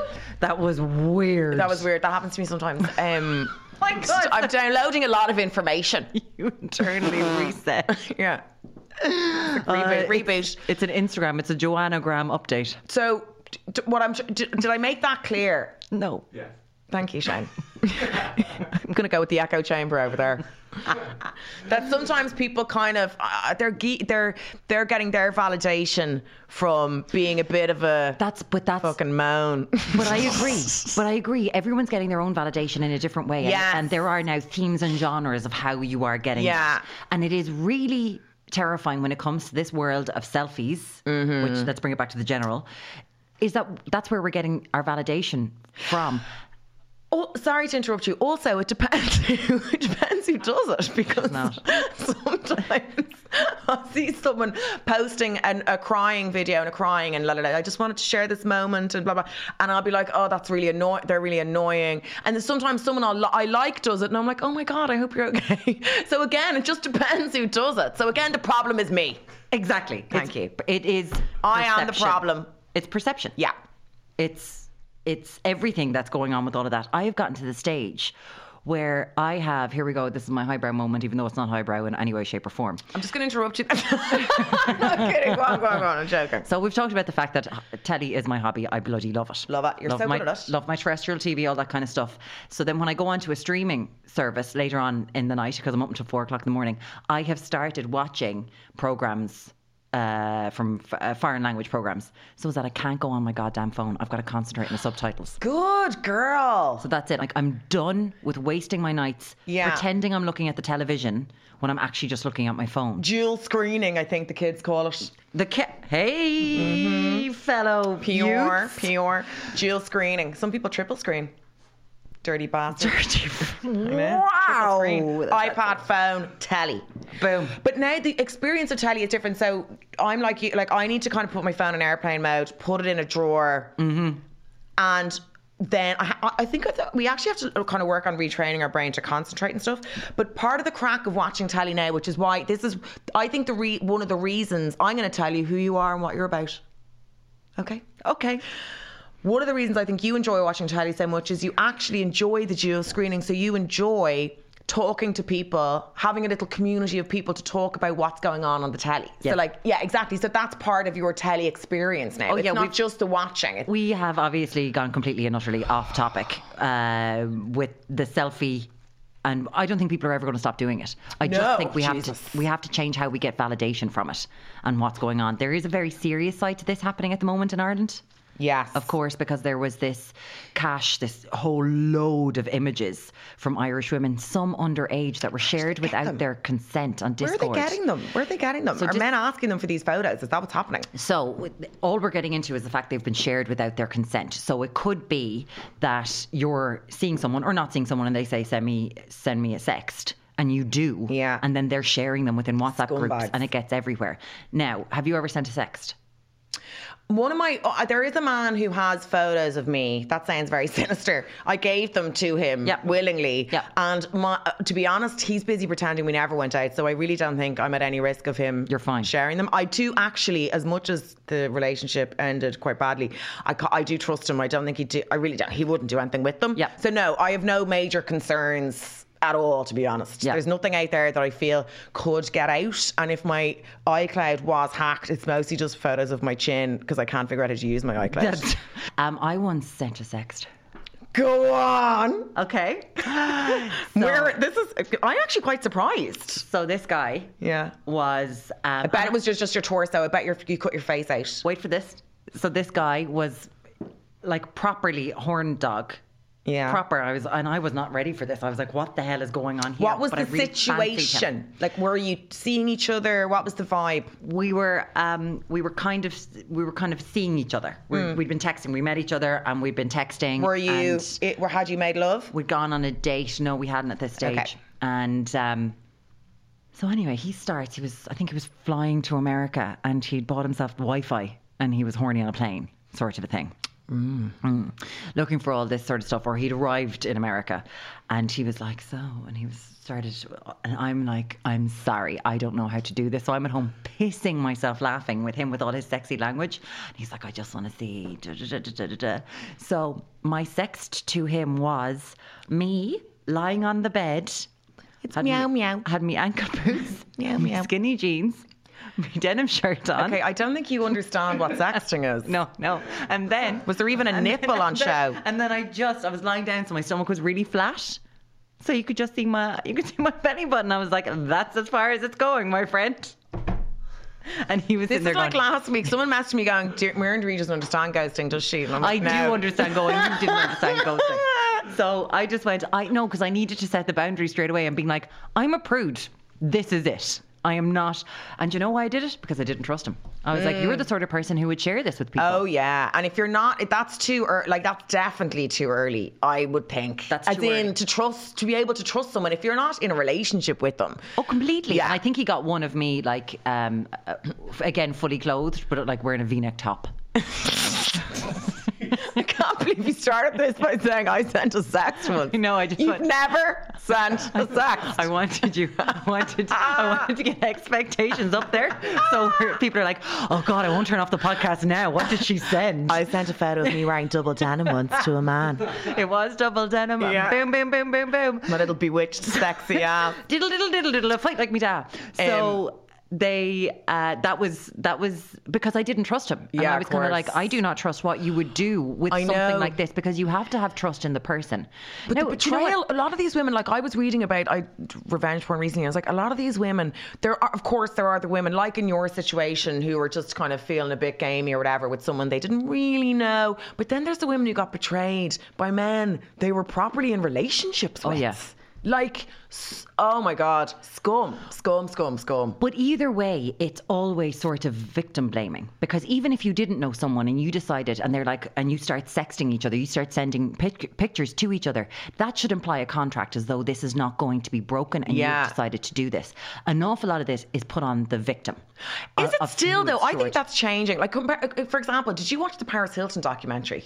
Speaker 1: That was weird.
Speaker 2: That was weird. That happens to me sometimes. Um,
Speaker 1: My God.
Speaker 2: I'm downloading a lot of information.
Speaker 1: You internally reset.
Speaker 2: Yeah.
Speaker 1: Uh,
Speaker 2: Reboot. reboot.
Speaker 1: It's an Instagram. It's a Joanna Graham update.
Speaker 2: So, d- d- what I'm tr- d- did I make that clear?
Speaker 1: No.
Speaker 3: Yeah.
Speaker 2: Thank you, Shane. I'm going to go with the echo chamber over there. that sometimes people kind of uh, they're ge- they're they're getting their validation from being a bit of a
Speaker 1: That's, but that's,
Speaker 2: fucking moan.
Speaker 1: But I agree. But I agree. Everyone's getting their own validation in a different way. and-
Speaker 2: Yes.
Speaker 1: And, there are now themes and genres of how you are getting
Speaker 2: Yeah.
Speaker 1: it. And it is really terrifying when it comes to this world of selfies, which let's bring it back to the general, is that that's where we're getting our validation from.
Speaker 2: Oh, sorry to interrupt you. Also, it depends who it depends who does it because
Speaker 1: not.
Speaker 2: sometimes I see someone posting an, a crying video and a crying and la la la. I just wanted to share this moment and blah blah. And I'll be like, oh, that's really annoying. They're really annoying. And then sometimes someone I'll, li- I like does it, and I'm like, oh my god, I hope you're okay. so again, it just depends who does it. So again, the problem is me.
Speaker 1: Exactly.
Speaker 2: Thank you.
Speaker 1: It is
Speaker 2: I am the
Speaker 1: perception.
Speaker 2: problem.
Speaker 1: It's perception.
Speaker 2: Yeah.
Speaker 1: it's it's everything that's going on with all of that. I have gotten to the stage where I have here we go. This is my highbrow moment, even though it's not highbrow in any way, shape, or form.
Speaker 2: I'm just going to interrupt you. no kidding. Go on, go on, go on. I'm joking.
Speaker 1: So we've talked about the fact that telly is my hobby. I bloody love it.
Speaker 2: Love it. You're so
Speaker 1: my,
Speaker 2: good at it.
Speaker 1: Love my terrestrial TV, all that kind of stuff. So then when I go onto a streaming service later on in the night, because I'm up until four o'clock in the morning, I have started watching programs. Uh, from f- uh, foreign language programs, so is that I can't go on my goddamn phone. I've got to concentrate on the subtitles.
Speaker 2: Good girl.
Speaker 1: So that's it. Like I'm done with wasting my nights
Speaker 2: Yeah.
Speaker 1: pretending I'm looking at the television when I'm actually just looking at my phone.
Speaker 2: dual screening, I think the kids call it.
Speaker 1: The ca-
Speaker 2: Mm-hmm.
Speaker 1: hey fellow
Speaker 2: PR,
Speaker 1: youths.
Speaker 2: PR, dual screening. Some people triple screen. Dirty bastard.
Speaker 1: Wow.
Speaker 2: iPad, phone, telly.
Speaker 1: Boom.
Speaker 2: But now the experience of telly is different. So I'm like you, like I need to kind of put my phone in airplane mode, put it in a drawer, and then I, ha- I think I thought we actually have to kind of work on retraining our brain to concentrate and stuff. But part of the crack of watching telly now, which is why this is, I think the re- one of the reasons I'm going to tell you who you are and what you're about. Okay.
Speaker 1: Okay.
Speaker 2: One of the reasons I think you enjoy watching telly so much is you actually enjoy the dual screening. So you enjoy talking to people, having a little community of people to talk about what's going on on the telly.
Speaker 1: Yeah.
Speaker 2: So like, yeah, exactly. So that's part of your telly experience now.
Speaker 1: Oh,
Speaker 2: it's
Speaker 1: yeah,
Speaker 2: not
Speaker 1: we've-
Speaker 2: just the watching. It's
Speaker 1: We have obviously gone completely and utterly off topic uh, with the selfie. And I don't think people are ever going to stop doing it. I
Speaker 2: No,
Speaker 1: just think we have
Speaker 2: Jesus.
Speaker 1: to we have to change how we get validation from it and what's going on. There is a very serious side to this happening at the moment in Ireland.
Speaker 2: yes.
Speaker 1: of course, because there was this cache, this whole load of images from Irish women, some underage, that were shared without their consent on
Speaker 2: Where are
Speaker 1: Discord.
Speaker 2: they getting them? Where are they getting them? are
Speaker 1: just-
Speaker 2: men asking them for these photos? Is that what's happening?
Speaker 1: So with- all we're getting into is the fact they've been shared without their consent. So it could be that you're seeing someone or not seeing someone, and they say, "Send me, send me a sext." and you do.
Speaker 2: Yeah.
Speaker 1: And then they're sharing them within WhatsApp groups
Speaker 2: Scumbags.
Speaker 1: and it gets everywhere. Now, have you ever sent a sext?
Speaker 2: One of my, oh, there is a man who has photos of me. That sounds very sinister. I gave them to him
Speaker 1: Yep.
Speaker 2: willingly.
Speaker 1: Yep.
Speaker 2: And my, uh, to be honest, he's busy pretending we never went out. So I really don't think I'm at any risk of him
Speaker 1: You're fine.
Speaker 2: sharing them. I do actually, as much as the relationship ended quite badly, I, ca- I do trust him. I don't think he'd do, I really don't, he wouldn't do anything with them.
Speaker 1: Yep.
Speaker 2: So no, I have no major concerns at all, to be honest.
Speaker 1: Yeah.
Speaker 2: There's nothing out there that I feel could get out. And if my iCloud was hacked, it's mostly just photos of my chin because I can't figure out how to use my iCloud.
Speaker 1: um, I once sent a sext.
Speaker 2: Go on.
Speaker 1: Okay.
Speaker 2: Where this is, I'm actually quite surprised.
Speaker 1: So this guy
Speaker 2: Yeah.
Speaker 1: was. Um,
Speaker 2: I bet it was just, just your torso. I bet your, you cut your face out.
Speaker 1: wait for this. So this guy was like properly horn dog.
Speaker 2: Yeah.
Speaker 1: Proper. I was, and I was not ready for this. I was like, "What the hell is going on here?"
Speaker 2: What was
Speaker 1: But
Speaker 2: the
Speaker 1: I really fancied him.
Speaker 2: situation? Like, were you seeing each other? What was the vibe?
Speaker 1: we were um, we were kind of we were kind of seeing each other. We, We'd been texting. We met each other and we'd been texting.
Speaker 2: Hmm. Were you,
Speaker 1: and
Speaker 2: it, were, had you made love?
Speaker 1: we'd gone on a date. No, we hadn't at this stage.
Speaker 2: Okay.
Speaker 1: And um, so anyway, he starts. He was I think he was flying to America and he'd bought himself Wi-Fi and he was horny on a plane, sort of a thing. Mm. Looking for all this sort of stuff, or he'd arrived in America, and he was like, "So," and he was started, and I'm like, "I'm sorry, I don't know how to do this." So I'm at home pissing myself laughing with him with all his sexy language, and he's like, "I just want to see." da, da, da, da, da, da, da." So my sext to him was me lying on the bed. It's
Speaker 2: meow, meow.
Speaker 1: Had me ankle boots,
Speaker 2: Meow, meow.
Speaker 1: skinny jeans, my denim shirt on.
Speaker 2: Okay, I don't think you understand what sexting is.
Speaker 1: No, no. And then
Speaker 2: Was there even a
Speaker 1: and
Speaker 2: nipple
Speaker 1: then-
Speaker 2: on
Speaker 1: and then-
Speaker 2: show?
Speaker 1: And then I just I was lying down, so my stomach was really flat. So you could just see my you could see my belly button. I was like, that's as far as it's going, my friend. And he was
Speaker 2: This
Speaker 1: in
Speaker 2: is
Speaker 1: there
Speaker 2: like
Speaker 1: going,
Speaker 2: last week. Someone messaged me going, "Dear- Miriam Reed doesn't understand ghosting, does she? And I'm
Speaker 1: I
Speaker 2: like,
Speaker 1: do
Speaker 2: "No."
Speaker 1: understand going. You didn't understand ghosting. So I just went, I know, because I needed to set the boundary straight away and being like, I'm a prude. This is it. I am not. And you know why I did it? Because I didn't trust him. I was like,
Speaker 2: Mm.
Speaker 1: you're the sort of person who would share this with people.
Speaker 2: Oh yeah, and if you're not, if that's too early. Like that's definitely too early. I would think.
Speaker 1: That's
Speaker 2: as
Speaker 1: too
Speaker 2: in
Speaker 1: early.
Speaker 2: to trust to be able to trust someone if you're not in a relationship with them.
Speaker 1: Oh, completely.
Speaker 2: Yeah.
Speaker 1: And I think he got one of me, like, um, uh, again, fully clothed, but like wearing a v neck top.
Speaker 2: I can't believe you started this by saying I sent a sex one.
Speaker 1: I know, I just
Speaker 2: You've
Speaker 1: want-
Speaker 2: never sent a sex.
Speaker 1: I wanted you. I wanted. I wanted to get expectations up there, so we're- people are like, "Oh God, I won't turn off the podcast now." What did she send?
Speaker 2: sent a photo of me wearing double denim once to a man.
Speaker 1: it was double denim.
Speaker 2: Yeah.
Speaker 1: Boom, boom, boom, boom, boom.
Speaker 2: My little bewitched, sexy ass.
Speaker 1: diddle diddle diddle diddle a fight like me da so they uh that was that was because i didn't trust him and
Speaker 2: Yeah,
Speaker 1: i
Speaker 2: of
Speaker 1: was kind of like
Speaker 2: course.
Speaker 1: i do not trust what you would do with
Speaker 2: I
Speaker 1: something
Speaker 2: know.
Speaker 1: like this because you have to have trust in the person
Speaker 2: But
Speaker 1: Now,
Speaker 2: the
Speaker 1: do you know
Speaker 2: betrayal,
Speaker 1: what?
Speaker 2: a lot of these women, like I was reading about I revenge porn recently, I was like, a lot of these women, there are, of course, there are the women, like in your situation, who are just kind of feeling a bit gamey or whatever with someone they didn't really know. But then there's the women who got betrayed by men they were properly in relationships with.
Speaker 1: yeah.
Speaker 2: Like, s- oh my God, scum, scum, scum, scum.
Speaker 1: But either way, it's always sort of victim blaming because even if you didn't know someone and you decided and they're like, and you start sexting each other, you start sending pic- pictures to each other, that should imply a contract as though this is not going to be broken and
Speaker 2: Yeah.
Speaker 1: you've decided to do this. An awful lot of this is put on the victim.
Speaker 2: Is
Speaker 1: of-
Speaker 2: it
Speaker 1: of
Speaker 2: still
Speaker 1: who
Speaker 2: though?
Speaker 1: it's
Speaker 2: I think
Speaker 1: towards.
Speaker 2: that's changing. Like, compar- for example, did you watch the Paris Hilton documentary?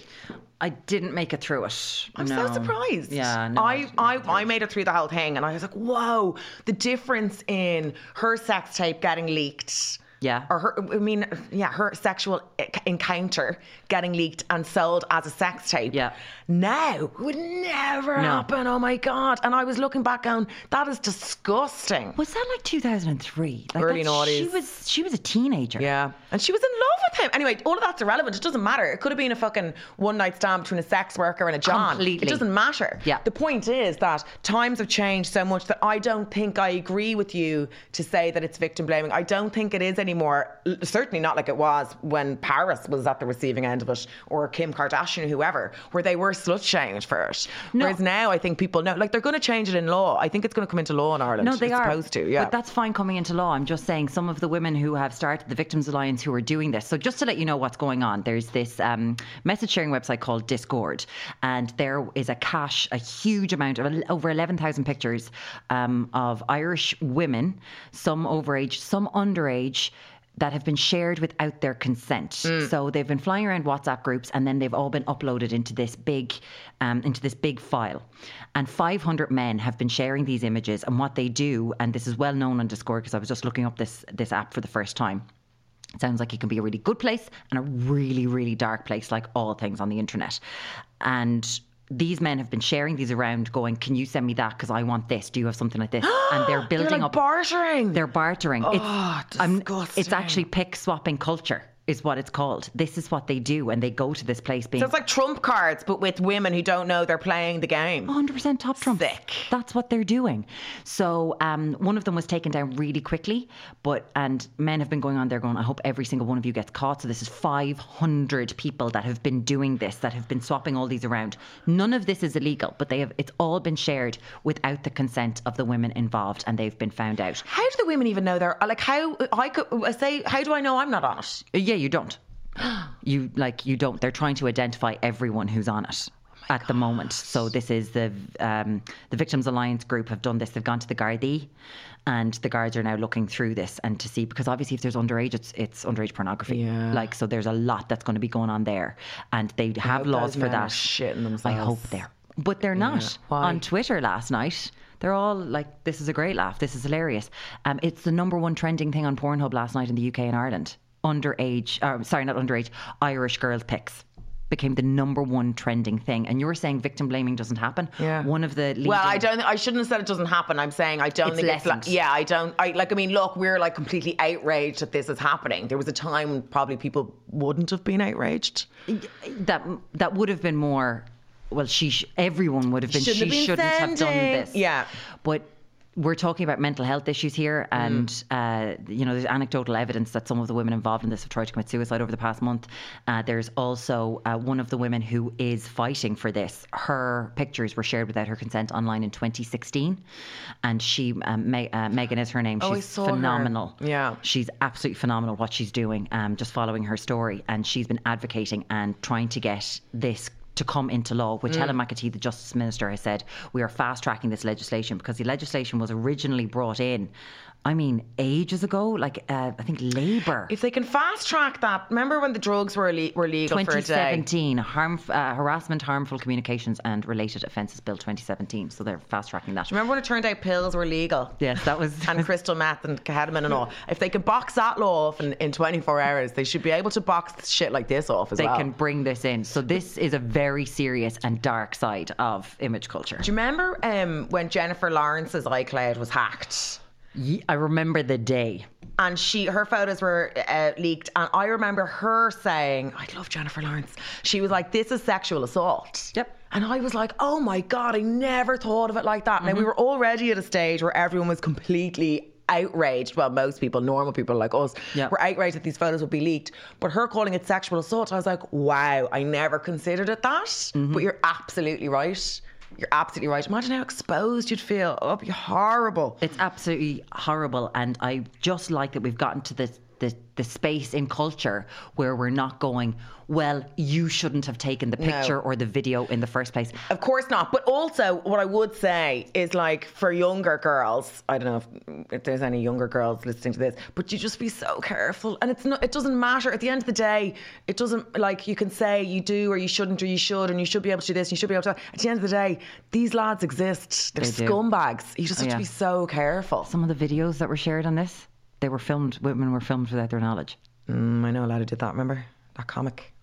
Speaker 1: I didn't make it through it.
Speaker 2: I'm
Speaker 1: No.
Speaker 2: so surprised.
Speaker 1: Yeah, no, I
Speaker 2: I
Speaker 1: didn't
Speaker 2: I, I made it through the whole thing, and I was like, "Whoa!" The difference in her sex tape getting leaked,
Speaker 1: Yeah.
Speaker 2: or her, I mean, yeah, her sexual e- encounter getting leaked and sold as a sex tape.
Speaker 1: Yeah.
Speaker 2: now would never
Speaker 1: No.
Speaker 2: happen. Oh my god! And I was looking back on that is disgusting.
Speaker 1: Was that like 2003? Like
Speaker 2: Early
Speaker 1: that's- She
Speaker 2: noughties.
Speaker 1: was she was a teenager.
Speaker 2: Yeah. And she was in love with him. Anyway, all of that's irrelevant. It doesn't matter. It could have been a fucking one night stand between a sex worker and a John.
Speaker 1: Completely.
Speaker 2: It doesn't matter.
Speaker 1: Yeah.
Speaker 2: The point is that times have changed so much that I don't think I agree with you to say that it's victim blaming. I don't think it is anymore. L- Certainly not like it was when Paris was at the receiving end of it or Kim Kardashian or whoever, where they were slut shamed for it.
Speaker 1: No.
Speaker 2: Whereas now I think people know, like they're going to change it in law. I think it's going to come into law in Ireland.
Speaker 1: No, they
Speaker 2: it's
Speaker 1: are
Speaker 2: supposed to. Yeah.
Speaker 1: But that's fine coming into law. I'm just saying some of the women who have started the Victims Alliance who are doing this. So just to let you know what's going on, there's this um, message sharing website called Discord, and there is a cache, a huge amount of over 11,000 pictures um, of Irish women, some overage, some underage. That have been shared without their consent. So they've been flying around WhatsApp groups, and then they've all been uploaded into this big, um, into this big file. And 500 men have been sharing these images. And what they do, and this is well known on Discord because I was just looking up this this app for the first time. It sounds like it can be a really good place and a really, really dark place, like all things on the internet. And these men have been sharing these around, going, "Can you send me that? Because I want this. Do you have something like this?" And they're building
Speaker 2: They're like
Speaker 1: up.
Speaker 2: bartering.
Speaker 1: they're bartering.
Speaker 2: oh,
Speaker 1: it's, I'm-
Speaker 2: disgusting.
Speaker 1: it's actually pick swapping culture, is what it's called. This is what they do, and they go to this place being
Speaker 2: So it's like trump cards, but with women who don't know they're playing the game.
Speaker 1: 100% top trump.
Speaker 2: Sick.
Speaker 1: That's what they're doing. So um, one of them was taken down really quickly, but and men have been going on there going, I hope every single one of you gets caught. So this is 500 people that have been doing this, that have been swapping all these around. None of this is illegal, but they have it's all been shared without the consent of the women involved, and they've been found out.
Speaker 2: How do the women even know they're like? How I could I say? How do I know I'm not on it?
Speaker 1: Uh, Yeah, you don't. You like you don't. They're trying to identify everyone who's on it at the moment. So this is the um, the Victims Alliance group have done this. They've gone to the Gardaí, and the guards are now looking through this and to see because obviously if there's underage, it's it's underage pornography.
Speaker 2: Yeah.
Speaker 1: Like so, there's a lot that's going to be going on there, and they have laws
Speaker 2: Those
Speaker 1: for
Speaker 2: men
Speaker 1: that.
Speaker 2: are Shitting themselves.
Speaker 1: I hope they're. But they're not.
Speaker 2: Why?
Speaker 1: On Twitter last night, they're all like, this is a great laugh. This is hilarious. Um, it's the number one trending thing on Pornhub last night in the UK and Ireland. Underage, uh, sorry, not underage, Irish girl pics became the number one trending thing. And you were saying victim blaming doesn't happen.
Speaker 2: Yeah.
Speaker 1: One of the leading,
Speaker 2: Well, I don't. I shouldn't have said it doesn't happen. I'm saying I don't
Speaker 1: It's
Speaker 2: think
Speaker 1: lessened.
Speaker 2: it's. Like, yeah, I don't. I like. I mean, look, we're like completely outraged that this is happening. There was a time when probably people wouldn't have been outraged.
Speaker 1: that that would have been more. Well, she sh- everyone would have been.
Speaker 2: Shouldn't
Speaker 1: she
Speaker 2: have been
Speaker 1: shouldn't have done
Speaker 2: sending.
Speaker 1: this.
Speaker 2: Yeah. Mm.
Speaker 1: but we're talking about mental health issues here, and uh, you know, there's anecdotal evidence that some of the women involved in this have tried to commit suicide over the past month. Uh, there's also uh, one of the women who is fighting for this. Her pictures were shared without her consent online in 2016, and she, um, Me- uh, Megan is her name. She's
Speaker 2: Oh, I saw her.
Speaker 1: phenomenal.
Speaker 2: Yeah.
Speaker 1: She's absolutely phenomenal what she's doing, um, just following her story. And she's been advocating and trying to get this to come into law, which Helen McAtee, the Justice Minister, has said we are fast tracking this legislation because the legislation was originally brought in, I mean, ages ago, like uh, I think Labour.
Speaker 2: If they can fast track that, remember when the drugs were, le- were legal for a day?
Speaker 1: 2017, harm, uh, Harassment, Harmful Communications and Related Offences Bill 2017. So they're fast tracking that.
Speaker 2: Remember when it turned out pills were legal?
Speaker 1: Yes, that was.
Speaker 2: and crystal meth and ketamine and all. If they can box that law off in, in 24 hours, they should be able to box shit like this off as
Speaker 1: they
Speaker 2: well.
Speaker 1: can bring this in. So this is a very serious and dark side of image culture.
Speaker 2: Do you remember um, when Jennifer Lawrence's iCloud was hacked?
Speaker 1: Ye- I remember the day.
Speaker 2: And she, her photos were uh, leaked, and I remember her saying, "I love Jennifer Lawrence." She was like, "This is sexual assault."
Speaker 1: Yep.
Speaker 2: And I was like, "Oh my god, I never thought of it like that." Now we were already at a stage where everyone was completely outraged. Well, most people, normal people like us,
Speaker 1: Yep.
Speaker 2: were outraged that these photos would be leaked. But her calling it sexual assault, I was like, "Wow, I never considered it that." But you're absolutely right. You're absolutely right. Imagine how exposed you'd feel. Oh, it'd be horrible.
Speaker 1: It's absolutely horrible, and I just like that we've gotten to the the, the space in culture where we're not going. Well, you shouldn't have taken the picture or the video in the first place.
Speaker 2: Of course not. But also, what I would say is like for younger girls, I don't know if, if there's any younger girls listening to this, but you just be so careful. And it's not, it doesn't matter. At the end of the day, it doesn't like you can say you do or you shouldn't or you should and you should be able to do this and you should be able to. that. At the end of the day, these lads exist. They're
Speaker 1: They do.
Speaker 2: scumbags. You just have
Speaker 1: yeah.
Speaker 2: to be so careful.
Speaker 1: Some of the videos that were shared on this, they were filmed. Women were filmed without their knowledge.
Speaker 2: Mm, I know a lad who did that. Remember that comic?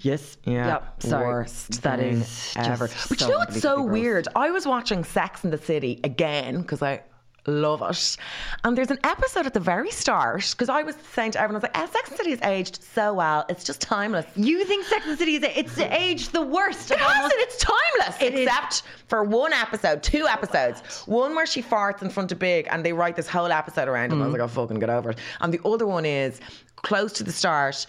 Speaker 1: Yes.
Speaker 2: Yeah.
Speaker 1: Yep. Sorry.
Speaker 2: Worst
Speaker 1: that
Speaker 2: thing
Speaker 1: is just
Speaker 2: ever. But
Speaker 1: so
Speaker 2: you know what's so
Speaker 1: unbelievably gross.
Speaker 2: weird? I was watching Sex in the City again because I love it. And there's an episode at the very start because I was saying to everyone, I was like, "Eh, Sex and the City has aged so well. It's just timeless.
Speaker 1: You think Sex and the City is it's aged the worst?
Speaker 2: It hasn't. It's timeless,
Speaker 1: It is. Oh,
Speaker 2: except for one episode, two episodes. One where she farts in front of Big, and they write this whole episode around. it. And I was like, "I'll fucking get over it." And the other one is close to the start.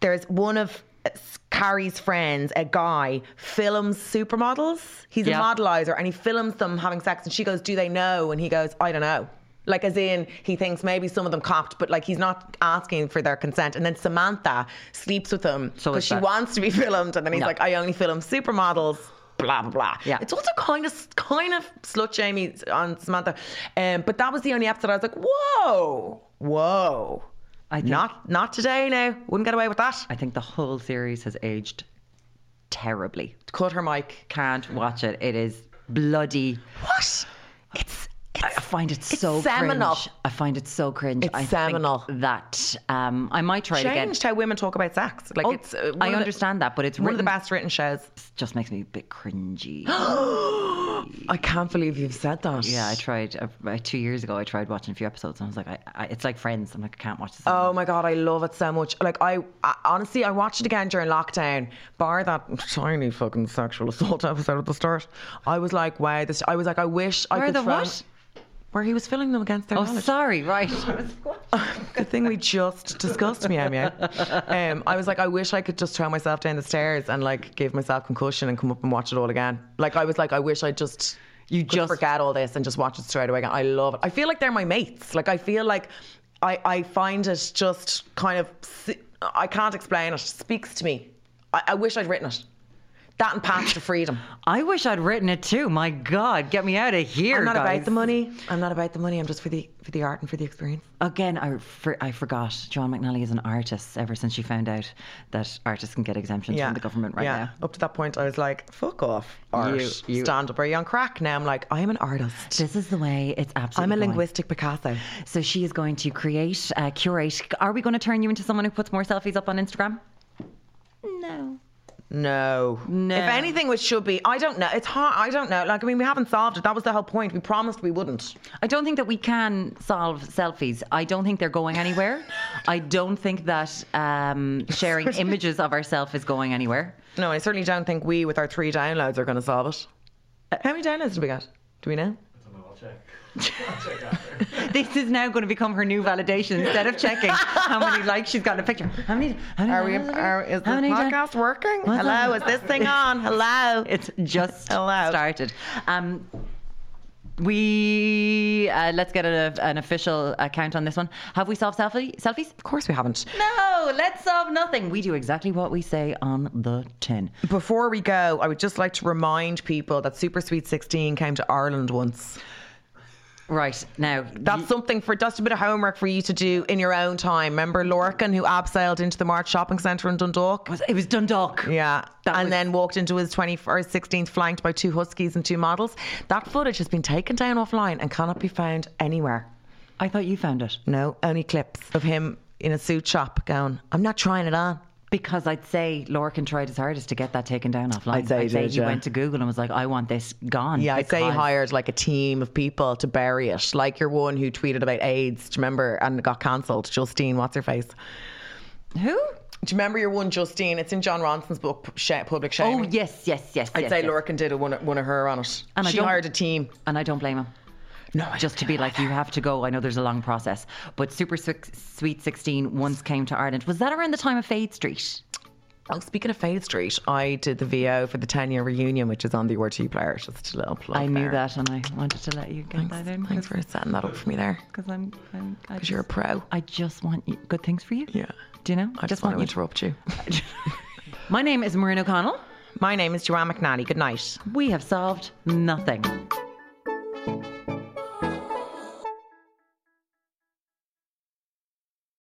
Speaker 2: There's one of uh, Carrie's friends, a guy, films supermodels. He's
Speaker 1: Yeah.
Speaker 2: a modelizer, and he films them having sex. And she goes, "Do they know?" And he goes, "I don't know." Like, as in, he thinks maybe some of them copped, but like he's not asking for their consent. And then Samantha sleeps with him because
Speaker 1: So is
Speaker 2: she
Speaker 1: that.
Speaker 2: wants to be filmed. And then he's
Speaker 1: Yeah.
Speaker 2: like, I only film supermodels. Blah blah blah.
Speaker 1: Yeah.
Speaker 2: it's also kind of kind of slut Jamie on Samantha, um, but that was the only episode I was like, whoa, whoa,
Speaker 1: I think,
Speaker 2: not not today. Now wouldn't get away with that.
Speaker 1: I think the whole series has aged terribly.
Speaker 2: Cut her mic.
Speaker 1: Can't watch it. It is bloody.
Speaker 2: What? It's
Speaker 1: I find it so
Speaker 2: seminal.
Speaker 1: cringe. I find it so cringe.
Speaker 2: It's
Speaker 1: I think
Speaker 2: seminal.
Speaker 1: that um, I might try it again.
Speaker 2: changed how women talk about sex. Like
Speaker 1: Oh,
Speaker 2: it's. uh, one
Speaker 1: I
Speaker 2: of the-
Speaker 1: understand that, but it's
Speaker 2: One of
Speaker 1: written-
Speaker 2: the best written shows.
Speaker 1: just makes me a bit cringy.
Speaker 2: I can't believe you've said that.
Speaker 1: yeah, I tried uh, about two years ago. I tried watching a few episodes, and I was like, I, I, it's like Friends. I'm like, I can't watch this.
Speaker 2: Oh my god, I love it so much. Like I, I honestly, I watched it again during lockdown. Bar that tiny fucking sexual assault episode at the start, I was like, wow, this. I was like, I wish I
Speaker 1: Where
Speaker 2: could.
Speaker 1: the
Speaker 2: throw-
Speaker 1: what?
Speaker 2: Where he was filling them against their
Speaker 1: Oh,
Speaker 2: knowledge.
Speaker 1: sorry. Right.
Speaker 2: the thing we just discussed, meow meow. Um, I was like, I wish I could just throw myself down the stairs and like give myself concussion and come up and watch it all again. Like I was like, I wish I just
Speaker 1: You
Speaker 2: could
Speaker 1: just-
Speaker 2: forget all this and just watch it straight away again. I love it. I feel like they're my mates. Like I feel like I I find it just kind of si- I can't explain it. Speaks to me. I, I wish I'd written it. That and Path to Freedom.
Speaker 1: I wish I'd written it too. My God, get me out of here.
Speaker 2: I'm not
Speaker 1: guys.
Speaker 2: about the money. I'm not about the money. I'm just for the for the art and for the experience.
Speaker 1: Again, I, for, I forgot. John McNally is an artist ever since she found out that artists can get exemptions from the government right now.
Speaker 2: Up to that point, I was like, fuck off, art.
Speaker 1: You- you-
Speaker 2: Stand up, are you on crack? Now I'm like, I am an artist.
Speaker 1: This is the way it's absolutely.
Speaker 2: I'm a
Speaker 1: going.
Speaker 2: linguistic Picasso.
Speaker 1: So she is going to create, uh, curate. Are we going to turn you into someone who puts more selfies up on Instagram? No.
Speaker 2: No.
Speaker 1: No.
Speaker 2: If anything, which should be, I don't know. It's hard. I don't know. Like, I mean, we haven't solved it. That was the whole point. We promised we wouldn't.
Speaker 1: I don't think that we can solve selfies. I don't think they're going anywhere. I don't think that um, sharing images of ourselves is going anywhere.
Speaker 2: No, I certainly don't think we, with our three downloads, are going to solve it.
Speaker 1: Uh,
Speaker 2: How many downloads did we get? Do we know?
Speaker 1: This is now going to become her new validation. Instead of checking how many likes she's got in a picture, how many? How many
Speaker 2: Are we?
Speaker 1: how many-
Speaker 2: Are, is the
Speaker 1: how many-
Speaker 2: podcast working?
Speaker 1: What's
Speaker 2: Hello,
Speaker 1: up?
Speaker 2: is this thing on? Hello.
Speaker 1: It's just
Speaker 2: Hello.
Speaker 1: started. Um, we uh, let's get a, an official account on this one. Have we solved selfie, selfies?
Speaker 2: Of course, we haven't.
Speaker 1: No, let's solve nothing. We do exactly what we say on the tin.
Speaker 2: Before we go, I would just like to remind people that Super Sweet 16 came to Ireland once.
Speaker 1: Right now,
Speaker 2: That's something for just a bit of homework for you to do in your own time. Remember Lorcan who abseiled into the March Shopping Centre in Dundalk?
Speaker 1: was, it was Dundalk.
Speaker 2: Yeah.
Speaker 1: That
Speaker 2: and
Speaker 1: was-
Speaker 2: then walked into his 21st, 16th, flanked by two huskies and two models. That footage has been taken down offline and cannot be found anywhere.
Speaker 1: I thought you found it
Speaker 2: No, only clips of him in a suit shop going, I'm not trying it on.
Speaker 1: because I'd say Lorcan tried his hardest to get that taken down offline.
Speaker 2: I'd say he did,
Speaker 1: he
Speaker 2: yeah.
Speaker 1: went to Google and was like, "I want this gone."
Speaker 2: Yeah, I'd say he
Speaker 1: because-
Speaker 2: hired like a team of people to bury it. Like your one who tweeted about AIDS, do you remember? And got cancelled. Justine, what's her face?
Speaker 1: Who?
Speaker 2: Do you remember your one, Justine? It's in John Ronson's book, Sh- Public Shame.
Speaker 1: Oh yes, yes, yes.
Speaker 2: I'd
Speaker 1: yes,
Speaker 2: say
Speaker 1: yes.
Speaker 2: Lorcan did a one, one of her on it.
Speaker 1: And I
Speaker 2: she
Speaker 1: don't-
Speaker 2: hired a team.
Speaker 1: and I don't blame him.
Speaker 2: No, I
Speaker 1: just to be like, you have to go. I know there's a long process, but Super Six, Sweet 16 once came to Ireland. Was that around the time of Fade Street?
Speaker 2: Oh, speaking of Fade Street, I did the VO for the 10 year reunion, which is on the RT player. Just a little plug.
Speaker 1: I knew
Speaker 2: there.
Speaker 1: that, and I wanted to let you get that in
Speaker 2: Thanks for setting that up for me there.
Speaker 1: because I'm, I'm I
Speaker 2: Because you're a
Speaker 1: just-
Speaker 2: pro.
Speaker 1: I just want you, good things for you.
Speaker 2: Yeah.
Speaker 1: Do you know?
Speaker 2: I just, want to interrupt you.
Speaker 1: you. My name is Maureen O'Connell.
Speaker 2: My name is Joanne McNally. Good night.
Speaker 1: We have solved nothing.